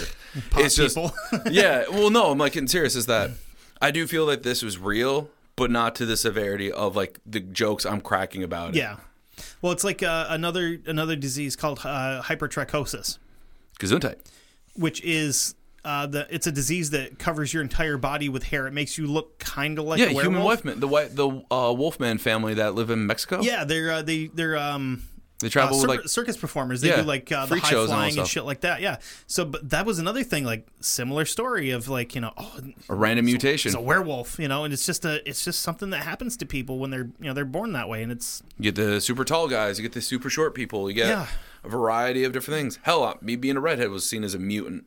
[SPEAKER 3] it's just
[SPEAKER 4] people.
[SPEAKER 3] yeah. Well, no, I'm like in serious is that I do feel that this was real, but not to the severity of like the jokes I'm cracking about. it.
[SPEAKER 4] Yeah. Well, it's like uh, another another disease called uh, hypertrichosis.
[SPEAKER 3] Gesundheit.
[SPEAKER 4] which is uh, the it's a disease that covers your entire body with hair. It makes you look kind of like
[SPEAKER 3] Yeah,
[SPEAKER 4] a werewolf.
[SPEAKER 3] human wolfman. The white, the uh, wolfman family that live in Mexico.
[SPEAKER 4] Yeah, they're uh, they they're um
[SPEAKER 3] they
[SPEAKER 4] uh,
[SPEAKER 3] travel with
[SPEAKER 4] cir-
[SPEAKER 3] like
[SPEAKER 4] circus performers. They
[SPEAKER 3] Yeah,
[SPEAKER 4] do like uh, the
[SPEAKER 3] freak
[SPEAKER 4] high
[SPEAKER 3] shows and all
[SPEAKER 4] flying and,
[SPEAKER 3] stuff.
[SPEAKER 4] shit like that. Yeah. So, but that was another thing, like similar story of like you know, oh,
[SPEAKER 3] a random mutation.
[SPEAKER 4] it's a werewolf, you know, and it's just a it's just something that happens to people when they're you know they're born that way, and it's
[SPEAKER 3] you get the super tall guys. You get the super short people. You get
[SPEAKER 4] Yeah.
[SPEAKER 3] a variety of different things. Hell, uh, me being a redhead was seen as a mutant.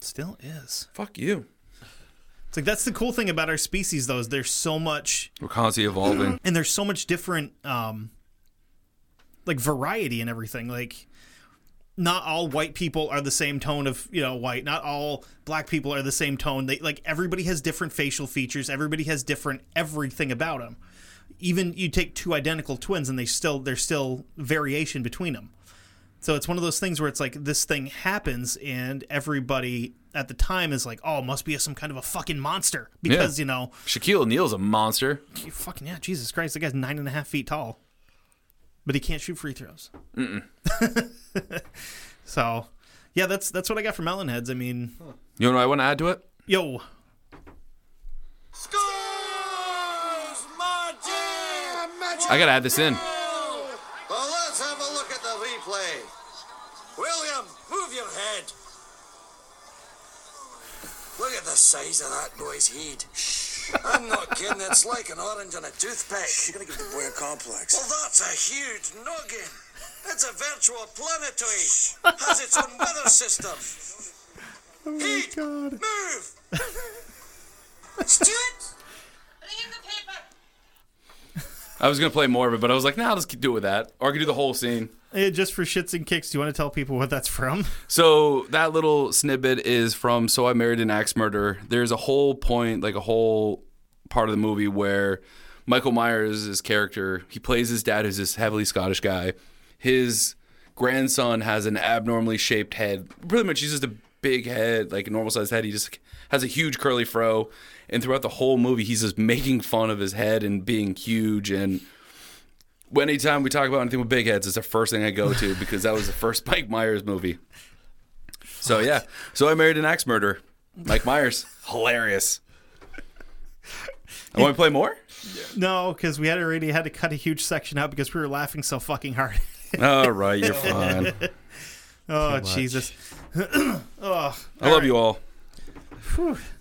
[SPEAKER 4] still is.
[SPEAKER 3] Fuck you.
[SPEAKER 4] It's like that's the cool thing about our species, though, is there's so much
[SPEAKER 3] We're constantly evolving.
[SPEAKER 4] and there's so much different um like variety and everything like not all white people are the same tone of you know white not all black people are the same tone they like everybody has different facial features everybody has different everything about them even you take two identical twins and they still there's still variation between them So it's one of those things where it's like this thing happens, and everybody at the time is like, "Oh, must be some kind of a fucking monster," because you know,
[SPEAKER 3] Shaquille O'Neal's a monster.
[SPEAKER 4] you fucking yeah, Jesus Christ, the guy's nine and a half feet tall, but he can't shoot free throws. so, yeah, that's that's what I got from Melon Heads. I mean,
[SPEAKER 3] You know what I want to add to it?
[SPEAKER 4] yo,
[SPEAKER 6] Scores! Magic!
[SPEAKER 3] I gotta add this in.
[SPEAKER 6] Well, let's have a look at the replay. William, move your head. Look at the size of that boy's head. I'm not kidding, it's like an orange on a toothpick. You're gonna give the boy a complex. Well, that's a huge noggin. It's a virtual planetoid. Has its own weather system. Oh my god. Move! Stuart!
[SPEAKER 5] Bring in the paper.
[SPEAKER 3] I was gonna play more of it, but I was like, nah, I'll just keep- do it with that. Or I could do the whole scene.
[SPEAKER 4] eh, just for shits and kicks, do you want to tell people what that's from?
[SPEAKER 3] So that little snippet is from So I Married an Axe Murderer. There's a whole point, like a whole part of the movie where Michael Myers, his character, he plays his dad, who's this heavily Scottish guy. His grandson has an abnormally shaped head. Pretty much, he's just a big head, like a normal sized head. He just has a huge curly fro. And throughout the whole movie, he's just making fun of his head and being huge and when anytime we talk about anything with big heads, it's the first thing I go to because that was the first Mike Myers movie. So yeah, so I married an axe murderer, Mike Myers, hilarious. I want to play more.
[SPEAKER 4] No, because we had already had to cut a huge section out because we were laughing so fucking hard.
[SPEAKER 3] All right, you're fine.
[SPEAKER 4] oh Jesus!
[SPEAKER 3] I love you all.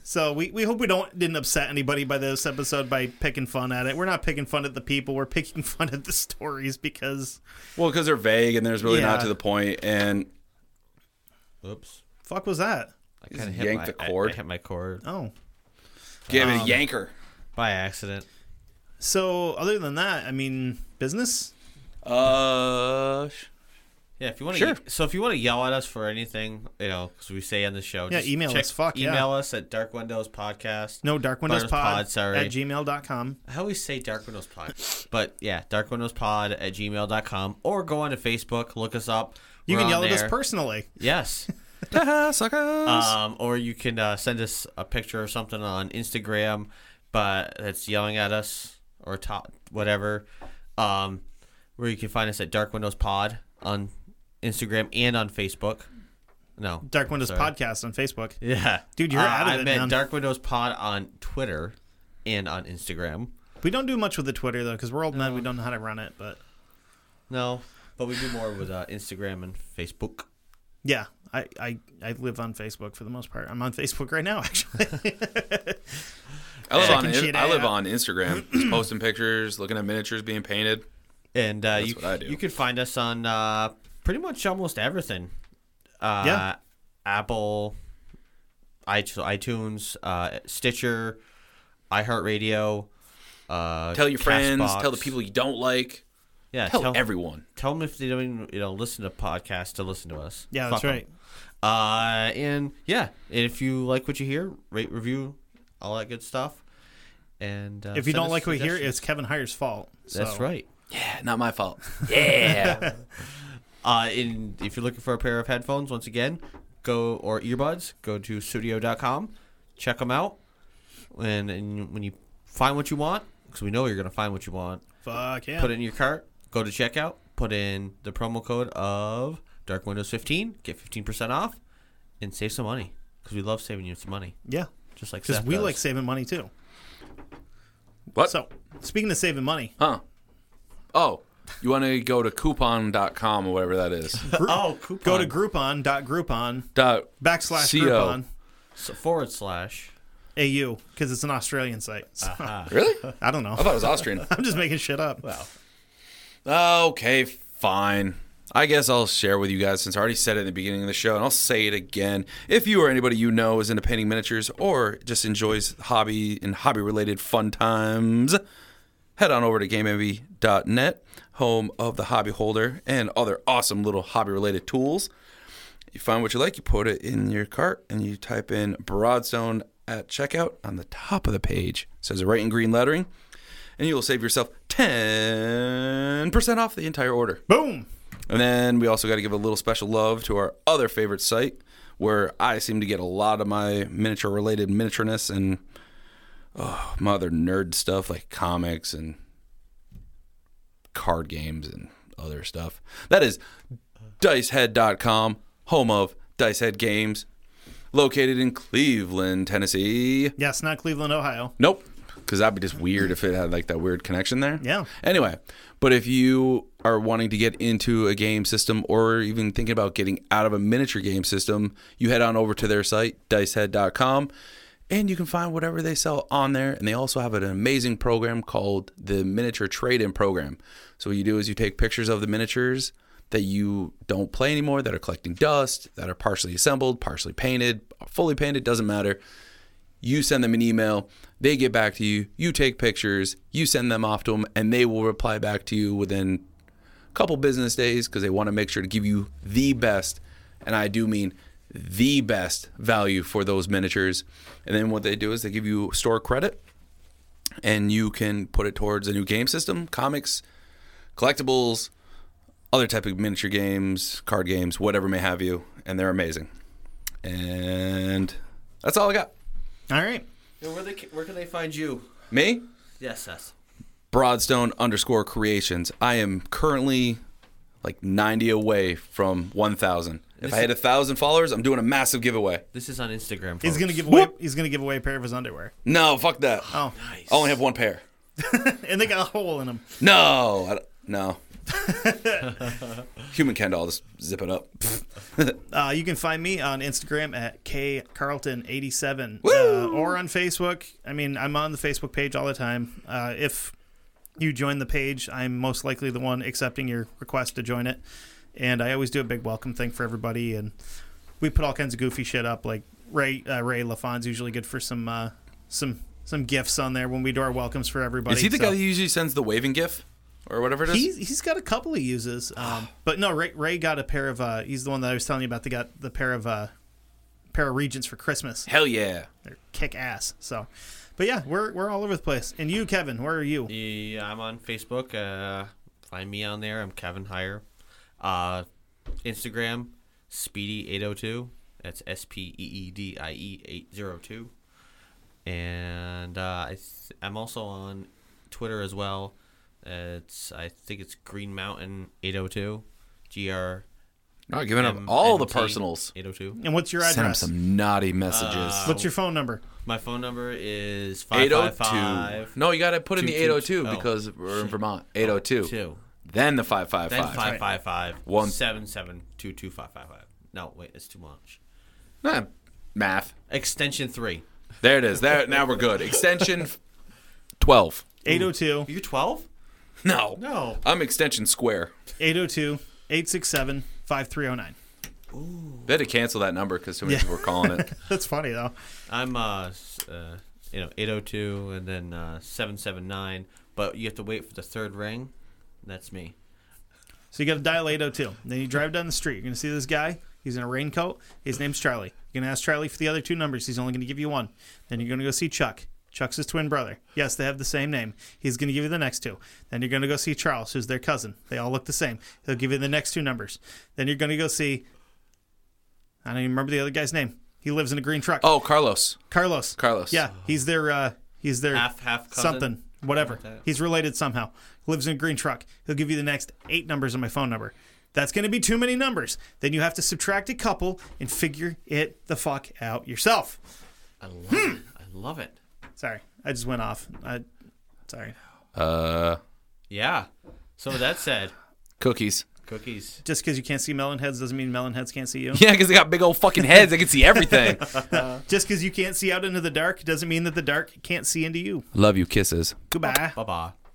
[SPEAKER 4] So we, we hope we don't didn't upset anybody by this episode by picking fun at it. We're not picking fun at the people. We're picking fun at the stories because
[SPEAKER 3] Well, because they're vague and there's really not
[SPEAKER 4] Yeah.
[SPEAKER 3] to the point, and
[SPEAKER 1] Oops.
[SPEAKER 4] fuck was that?
[SPEAKER 1] I kind of
[SPEAKER 3] Just
[SPEAKER 1] hit
[SPEAKER 3] yanked
[SPEAKER 1] my,
[SPEAKER 3] the
[SPEAKER 1] I-
[SPEAKER 3] cord.
[SPEAKER 1] I, hit my cord
[SPEAKER 4] Oh,
[SPEAKER 3] give
[SPEAKER 4] Um,
[SPEAKER 3] it a yanker.
[SPEAKER 1] by accident.
[SPEAKER 4] so other than that, I mean business.
[SPEAKER 3] Uh, sh-
[SPEAKER 1] Yeah, if you want to.
[SPEAKER 3] Sure.
[SPEAKER 1] So if you want to yell at us for anything, you know, because we say on the show,
[SPEAKER 4] Yeah,
[SPEAKER 1] just
[SPEAKER 4] email
[SPEAKER 1] check-
[SPEAKER 4] us, fuck, yeah.
[SPEAKER 1] email us at Dark Windows Podcast.
[SPEAKER 4] No dark windows
[SPEAKER 1] Dark
[SPEAKER 4] pod,
[SPEAKER 1] Pod, sorry.
[SPEAKER 4] at gmail.com.
[SPEAKER 1] I always say Dark Windows Pod, but yeah, Dark Windows Pod at gmail.com or go onto Facebook, look us up.
[SPEAKER 4] You
[SPEAKER 1] We're
[SPEAKER 4] can
[SPEAKER 1] on
[SPEAKER 4] yell at
[SPEAKER 1] there.
[SPEAKER 4] us personally.
[SPEAKER 1] Yes.
[SPEAKER 3] ah, suckers.
[SPEAKER 1] Um, or you can uh, send us a picture or something on Instagram, but that's yelling at us or top whatever. Um, where you can find us at Dark Windows Pod on Instagram and on Facebook. No,
[SPEAKER 4] Dark Windows
[SPEAKER 1] Sorry.
[SPEAKER 4] Podcast on Facebook.
[SPEAKER 1] yeah,
[SPEAKER 4] Dude, you're out of
[SPEAKER 1] I
[SPEAKER 4] it,
[SPEAKER 1] meant
[SPEAKER 4] man.
[SPEAKER 1] Dark Windows Pod on Twitter and on Instagram.
[SPEAKER 4] We don't do much with the Twitter though because we're old men. We don't know how to run it. But
[SPEAKER 1] No, but we do more with uh, Instagram and Facebook.
[SPEAKER 4] yeah, I, I I live on Facebook for the most part. I'm on Facebook right now actually.
[SPEAKER 3] I live, on,
[SPEAKER 4] checking shit
[SPEAKER 3] I live
[SPEAKER 4] out.
[SPEAKER 3] on Instagram, just posting pictures, looking at miniatures being painted.
[SPEAKER 1] And uh, you,
[SPEAKER 3] what I do.
[SPEAKER 1] you can find us on uh, pretty much almost everything. Uh,
[SPEAKER 4] Yeah.
[SPEAKER 1] Apple, i- iTunes, uh, Stitcher, iHeartRadio. Uh,
[SPEAKER 3] Tell your friends.
[SPEAKER 1] Castbox.
[SPEAKER 3] Tell the people you don't like.
[SPEAKER 1] Yeah,
[SPEAKER 3] Tell,
[SPEAKER 1] tell,
[SPEAKER 3] everyone.
[SPEAKER 1] Tell them if they don't even you know listen to podcasts to listen to us.
[SPEAKER 4] yeah,
[SPEAKER 1] Fuck
[SPEAKER 4] that's
[SPEAKER 1] 'em.
[SPEAKER 4] right.
[SPEAKER 1] Uh, and yeah, and if you like what you hear, rate, review, all that good stuff. And uh,
[SPEAKER 4] If you
[SPEAKER 1] send
[SPEAKER 4] don't
[SPEAKER 1] us
[SPEAKER 4] like what you hear,
[SPEAKER 1] suggestions.
[SPEAKER 4] it's Kevin Heyer's fault. So.
[SPEAKER 1] that's right.
[SPEAKER 3] Yeah, not my fault. Yeah.
[SPEAKER 1] Uh, and if you're looking for a pair of headphones, once again, go or earbuds, go to studio.com, check them out, and, and when you find what you want, because we know you're gonna find what you want,
[SPEAKER 4] Fuck yeah.
[SPEAKER 1] put it in your cart, go to checkout, put in the promo code of Dark Windows 15, get 15% off, and save some money because we love saving you some money,
[SPEAKER 4] Yeah,
[SPEAKER 1] just like
[SPEAKER 4] because
[SPEAKER 1] Seth
[SPEAKER 4] we
[SPEAKER 1] does.
[SPEAKER 4] like saving money too.
[SPEAKER 3] what?
[SPEAKER 4] So, speaking of saving money,
[SPEAKER 3] Huh. Oh, you want to go to coupon.com or whatever that is.
[SPEAKER 4] group,
[SPEAKER 1] oh coupon
[SPEAKER 4] go to Groupon dot Groupon
[SPEAKER 3] Dot
[SPEAKER 4] backslash
[SPEAKER 3] CO.
[SPEAKER 4] Groupon
[SPEAKER 1] So forward slash.
[SPEAKER 4] AU because it's an Australian site. So,
[SPEAKER 3] Really?
[SPEAKER 4] I don't know.
[SPEAKER 3] Uh-huh. I thought it was Austrian.
[SPEAKER 4] I'm just making shit up.
[SPEAKER 3] okay, fine. I guess I'll share with you guys since I already said it in the beginning of the show, and I'll say it again. If you or anybody you know is into painting miniatures or just enjoys hobby and hobby related fun times, head on over to GameMV.net, home of the hobby holder and other awesome little hobby related tools. You find what you like, you put it in your cart, and you type in Broadstone at checkout on the top of the page. It says it right in green lettering, and you will save yourself 10% off the entire order.
[SPEAKER 4] Boom.
[SPEAKER 3] And then we also got to give a little special love to our other favorite site, where I seem to get a lot of my miniature related miniatureness and oh, my other nerd stuff like comics and card games and other stuff. That is dicehead.com, home of Dicehead Games, located in Cleveland, Tennessee.
[SPEAKER 4] Yes, not Cleveland, Ohio.
[SPEAKER 3] Nope. Because that'd be just weird if it had like that weird connection there.
[SPEAKER 4] Yeah.
[SPEAKER 3] Anyway, but if you are wanting to get into a game system or even thinking about getting out of a miniature game system, you head on over to their site, dicehead.com, and you can find whatever they sell on there. And they also have an amazing program called the Miniature Trade In Program. So, what you do is you take pictures of the miniatures that you don't play anymore, that are collecting dust, that are partially assembled, partially painted, fully painted, doesn't matter you send them an email they get back to you you take pictures you send them off to them and they will reply back to you within a couple business days because they want to make sure to give you the best and i do mean the best value for those miniatures and then what they do is they give you store credit and you can put it towards a new game system comics collectibles other type of miniature games card games whatever may have you and they're amazing and that's all i got
[SPEAKER 4] All right.
[SPEAKER 1] where, they, where can they find you?
[SPEAKER 3] me
[SPEAKER 1] Yes, Seth.
[SPEAKER 3] Broadstone underscore creations. I am currently like 90 away from 1,000. If I hit 1,000 followers, I'm doing a massive giveaway.
[SPEAKER 1] This is on Instagram. Folks.
[SPEAKER 4] He's gonna give away. He's gonna give away a pair of his underwear,
[SPEAKER 3] No, fuck that.
[SPEAKER 4] Oh.
[SPEAKER 3] I only have one pair.
[SPEAKER 4] and they got a hole in them.
[SPEAKER 3] No, I don't- no. Human Kendall, just zip it up.
[SPEAKER 4] Uh, you can find me on Instagram at kcarlton87 uh,
[SPEAKER 3] Woo!
[SPEAKER 4] or on Facebook. I mean, I'm on the Facebook page all the time. Uh, if you join the page, I'm most likely the one accepting your request to join it. And I always do a big welcome thing for everybody. And we put all kinds of goofy shit up. Like Ray uh, Ray LaFon's usually good for some uh, some some gifts on there when we do our welcomes for everybody.
[SPEAKER 3] Is he the
[SPEAKER 4] So-
[SPEAKER 3] guy that usually sends the waving gif or whatever it is?
[SPEAKER 4] He's, he's got a couple of uses, um, but no, Ray, Ray got a pair of. Uh, he's the one that I was telling you about. They got the pair of uh, pair of regents for Christmas.
[SPEAKER 3] Hell yeah.
[SPEAKER 4] They're kick ass. So, but yeah, we're we're all over the place. And you, Kevin, where are you?
[SPEAKER 1] Yeah, I'm on Facebook. Uh, find me on there. I'm Kevin Heyer. Uh, Instagram, Speedy802. That's S P E E D I E 802. And uh, I th- I'm also on Twitter as well. Uh, it's I think it's Green Mountain 802. G R.
[SPEAKER 3] Not giving up
[SPEAKER 1] M- oh
[SPEAKER 3] all the
[SPEAKER 1] MT
[SPEAKER 3] personals.
[SPEAKER 1] 802.
[SPEAKER 4] And what's your
[SPEAKER 3] Send him
[SPEAKER 4] address?
[SPEAKER 3] some naughty messages.
[SPEAKER 1] Uh,
[SPEAKER 4] What's your phone number?
[SPEAKER 1] My phone number is
[SPEAKER 3] 802.
[SPEAKER 1] 555.
[SPEAKER 3] No, you got to put in the
[SPEAKER 1] Two, two,
[SPEAKER 3] 802
[SPEAKER 1] oh.
[SPEAKER 3] because we're in Vermont. 802.
[SPEAKER 1] Two.
[SPEAKER 3] Then the
[SPEAKER 1] Then
[SPEAKER 3] 555.
[SPEAKER 1] five five five
[SPEAKER 3] One-
[SPEAKER 1] one seven seven two two five five five. No, wait, it's too much.
[SPEAKER 3] Nah, math.
[SPEAKER 1] Extension three.
[SPEAKER 3] There it is. There now we're good. Extension f- twelve.
[SPEAKER 4] Eight zero two.
[SPEAKER 1] You twelve?
[SPEAKER 3] No.
[SPEAKER 1] No.
[SPEAKER 3] I'm extension square.
[SPEAKER 4] 802 867 5309.
[SPEAKER 3] They had to cancel that number because so many people were calling it.
[SPEAKER 4] That's funny, though.
[SPEAKER 1] I'm uh, s- uh you know eight oh two and then uh seven seven nine. But you have to wait for the third ring. That's me.
[SPEAKER 4] So you got to dial 802. Then you drive down the street. You're going to see this guy. He's in a raincoat. His name's Charlie. You're going to ask Charlie for the other two numbers. He's only going to give you one. Then you're going to go see Chuck. Chuck's his twin brother. Yes, they have the same name. He's going to give you the next two. Then you're going to go see Charles, who's their cousin. They all look the same. He'll give you the next two numbers. Then you're going to go see. I don't even remember the other guy's name. He lives in a green truck.
[SPEAKER 3] Oh, Carlos.
[SPEAKER 4] Carlos.
[SPEAKER 3] Carlos.
[SPEAKER 4] Yeah, he's their. Uh, he's their
[SPEAKER 1] Half- half cousin?
[SPEAKER 4] something whatever.
[SPEAKER 1] Something like that.
[SPEAKER 4] He's related somehow. Lives in a green truck. He'll give you the next eight numbers on my phone number. That's going to be too many numbers. Then you have to subtract a couple and figure it the fuck out yourself.
[SPEAKER 1] I love it. I love it.
[SPEAKER 4] Sorry, I just went off. I, sorry,
[SPEAKER 3] Uh,
[SPEAKER 1] Yeah. So with that said,
[SPEAKER 3] cookies.
[SPEAKER 1] cookies.
[SPEAKER 4] just because you can't see melon heads doesn't mean melon heads can't see you.
[SPEAKER 3] Yeah, because they got big old fucking heads. They can see everything.
[SPEAKER 4] Just because you can't see out into the dark doesn't mean that the dark can't see into you.
[SPEAKER 3] Love you, kisses.
[SPEAKER 4] Goodbye.
[SPEAKER 1] Bye bye.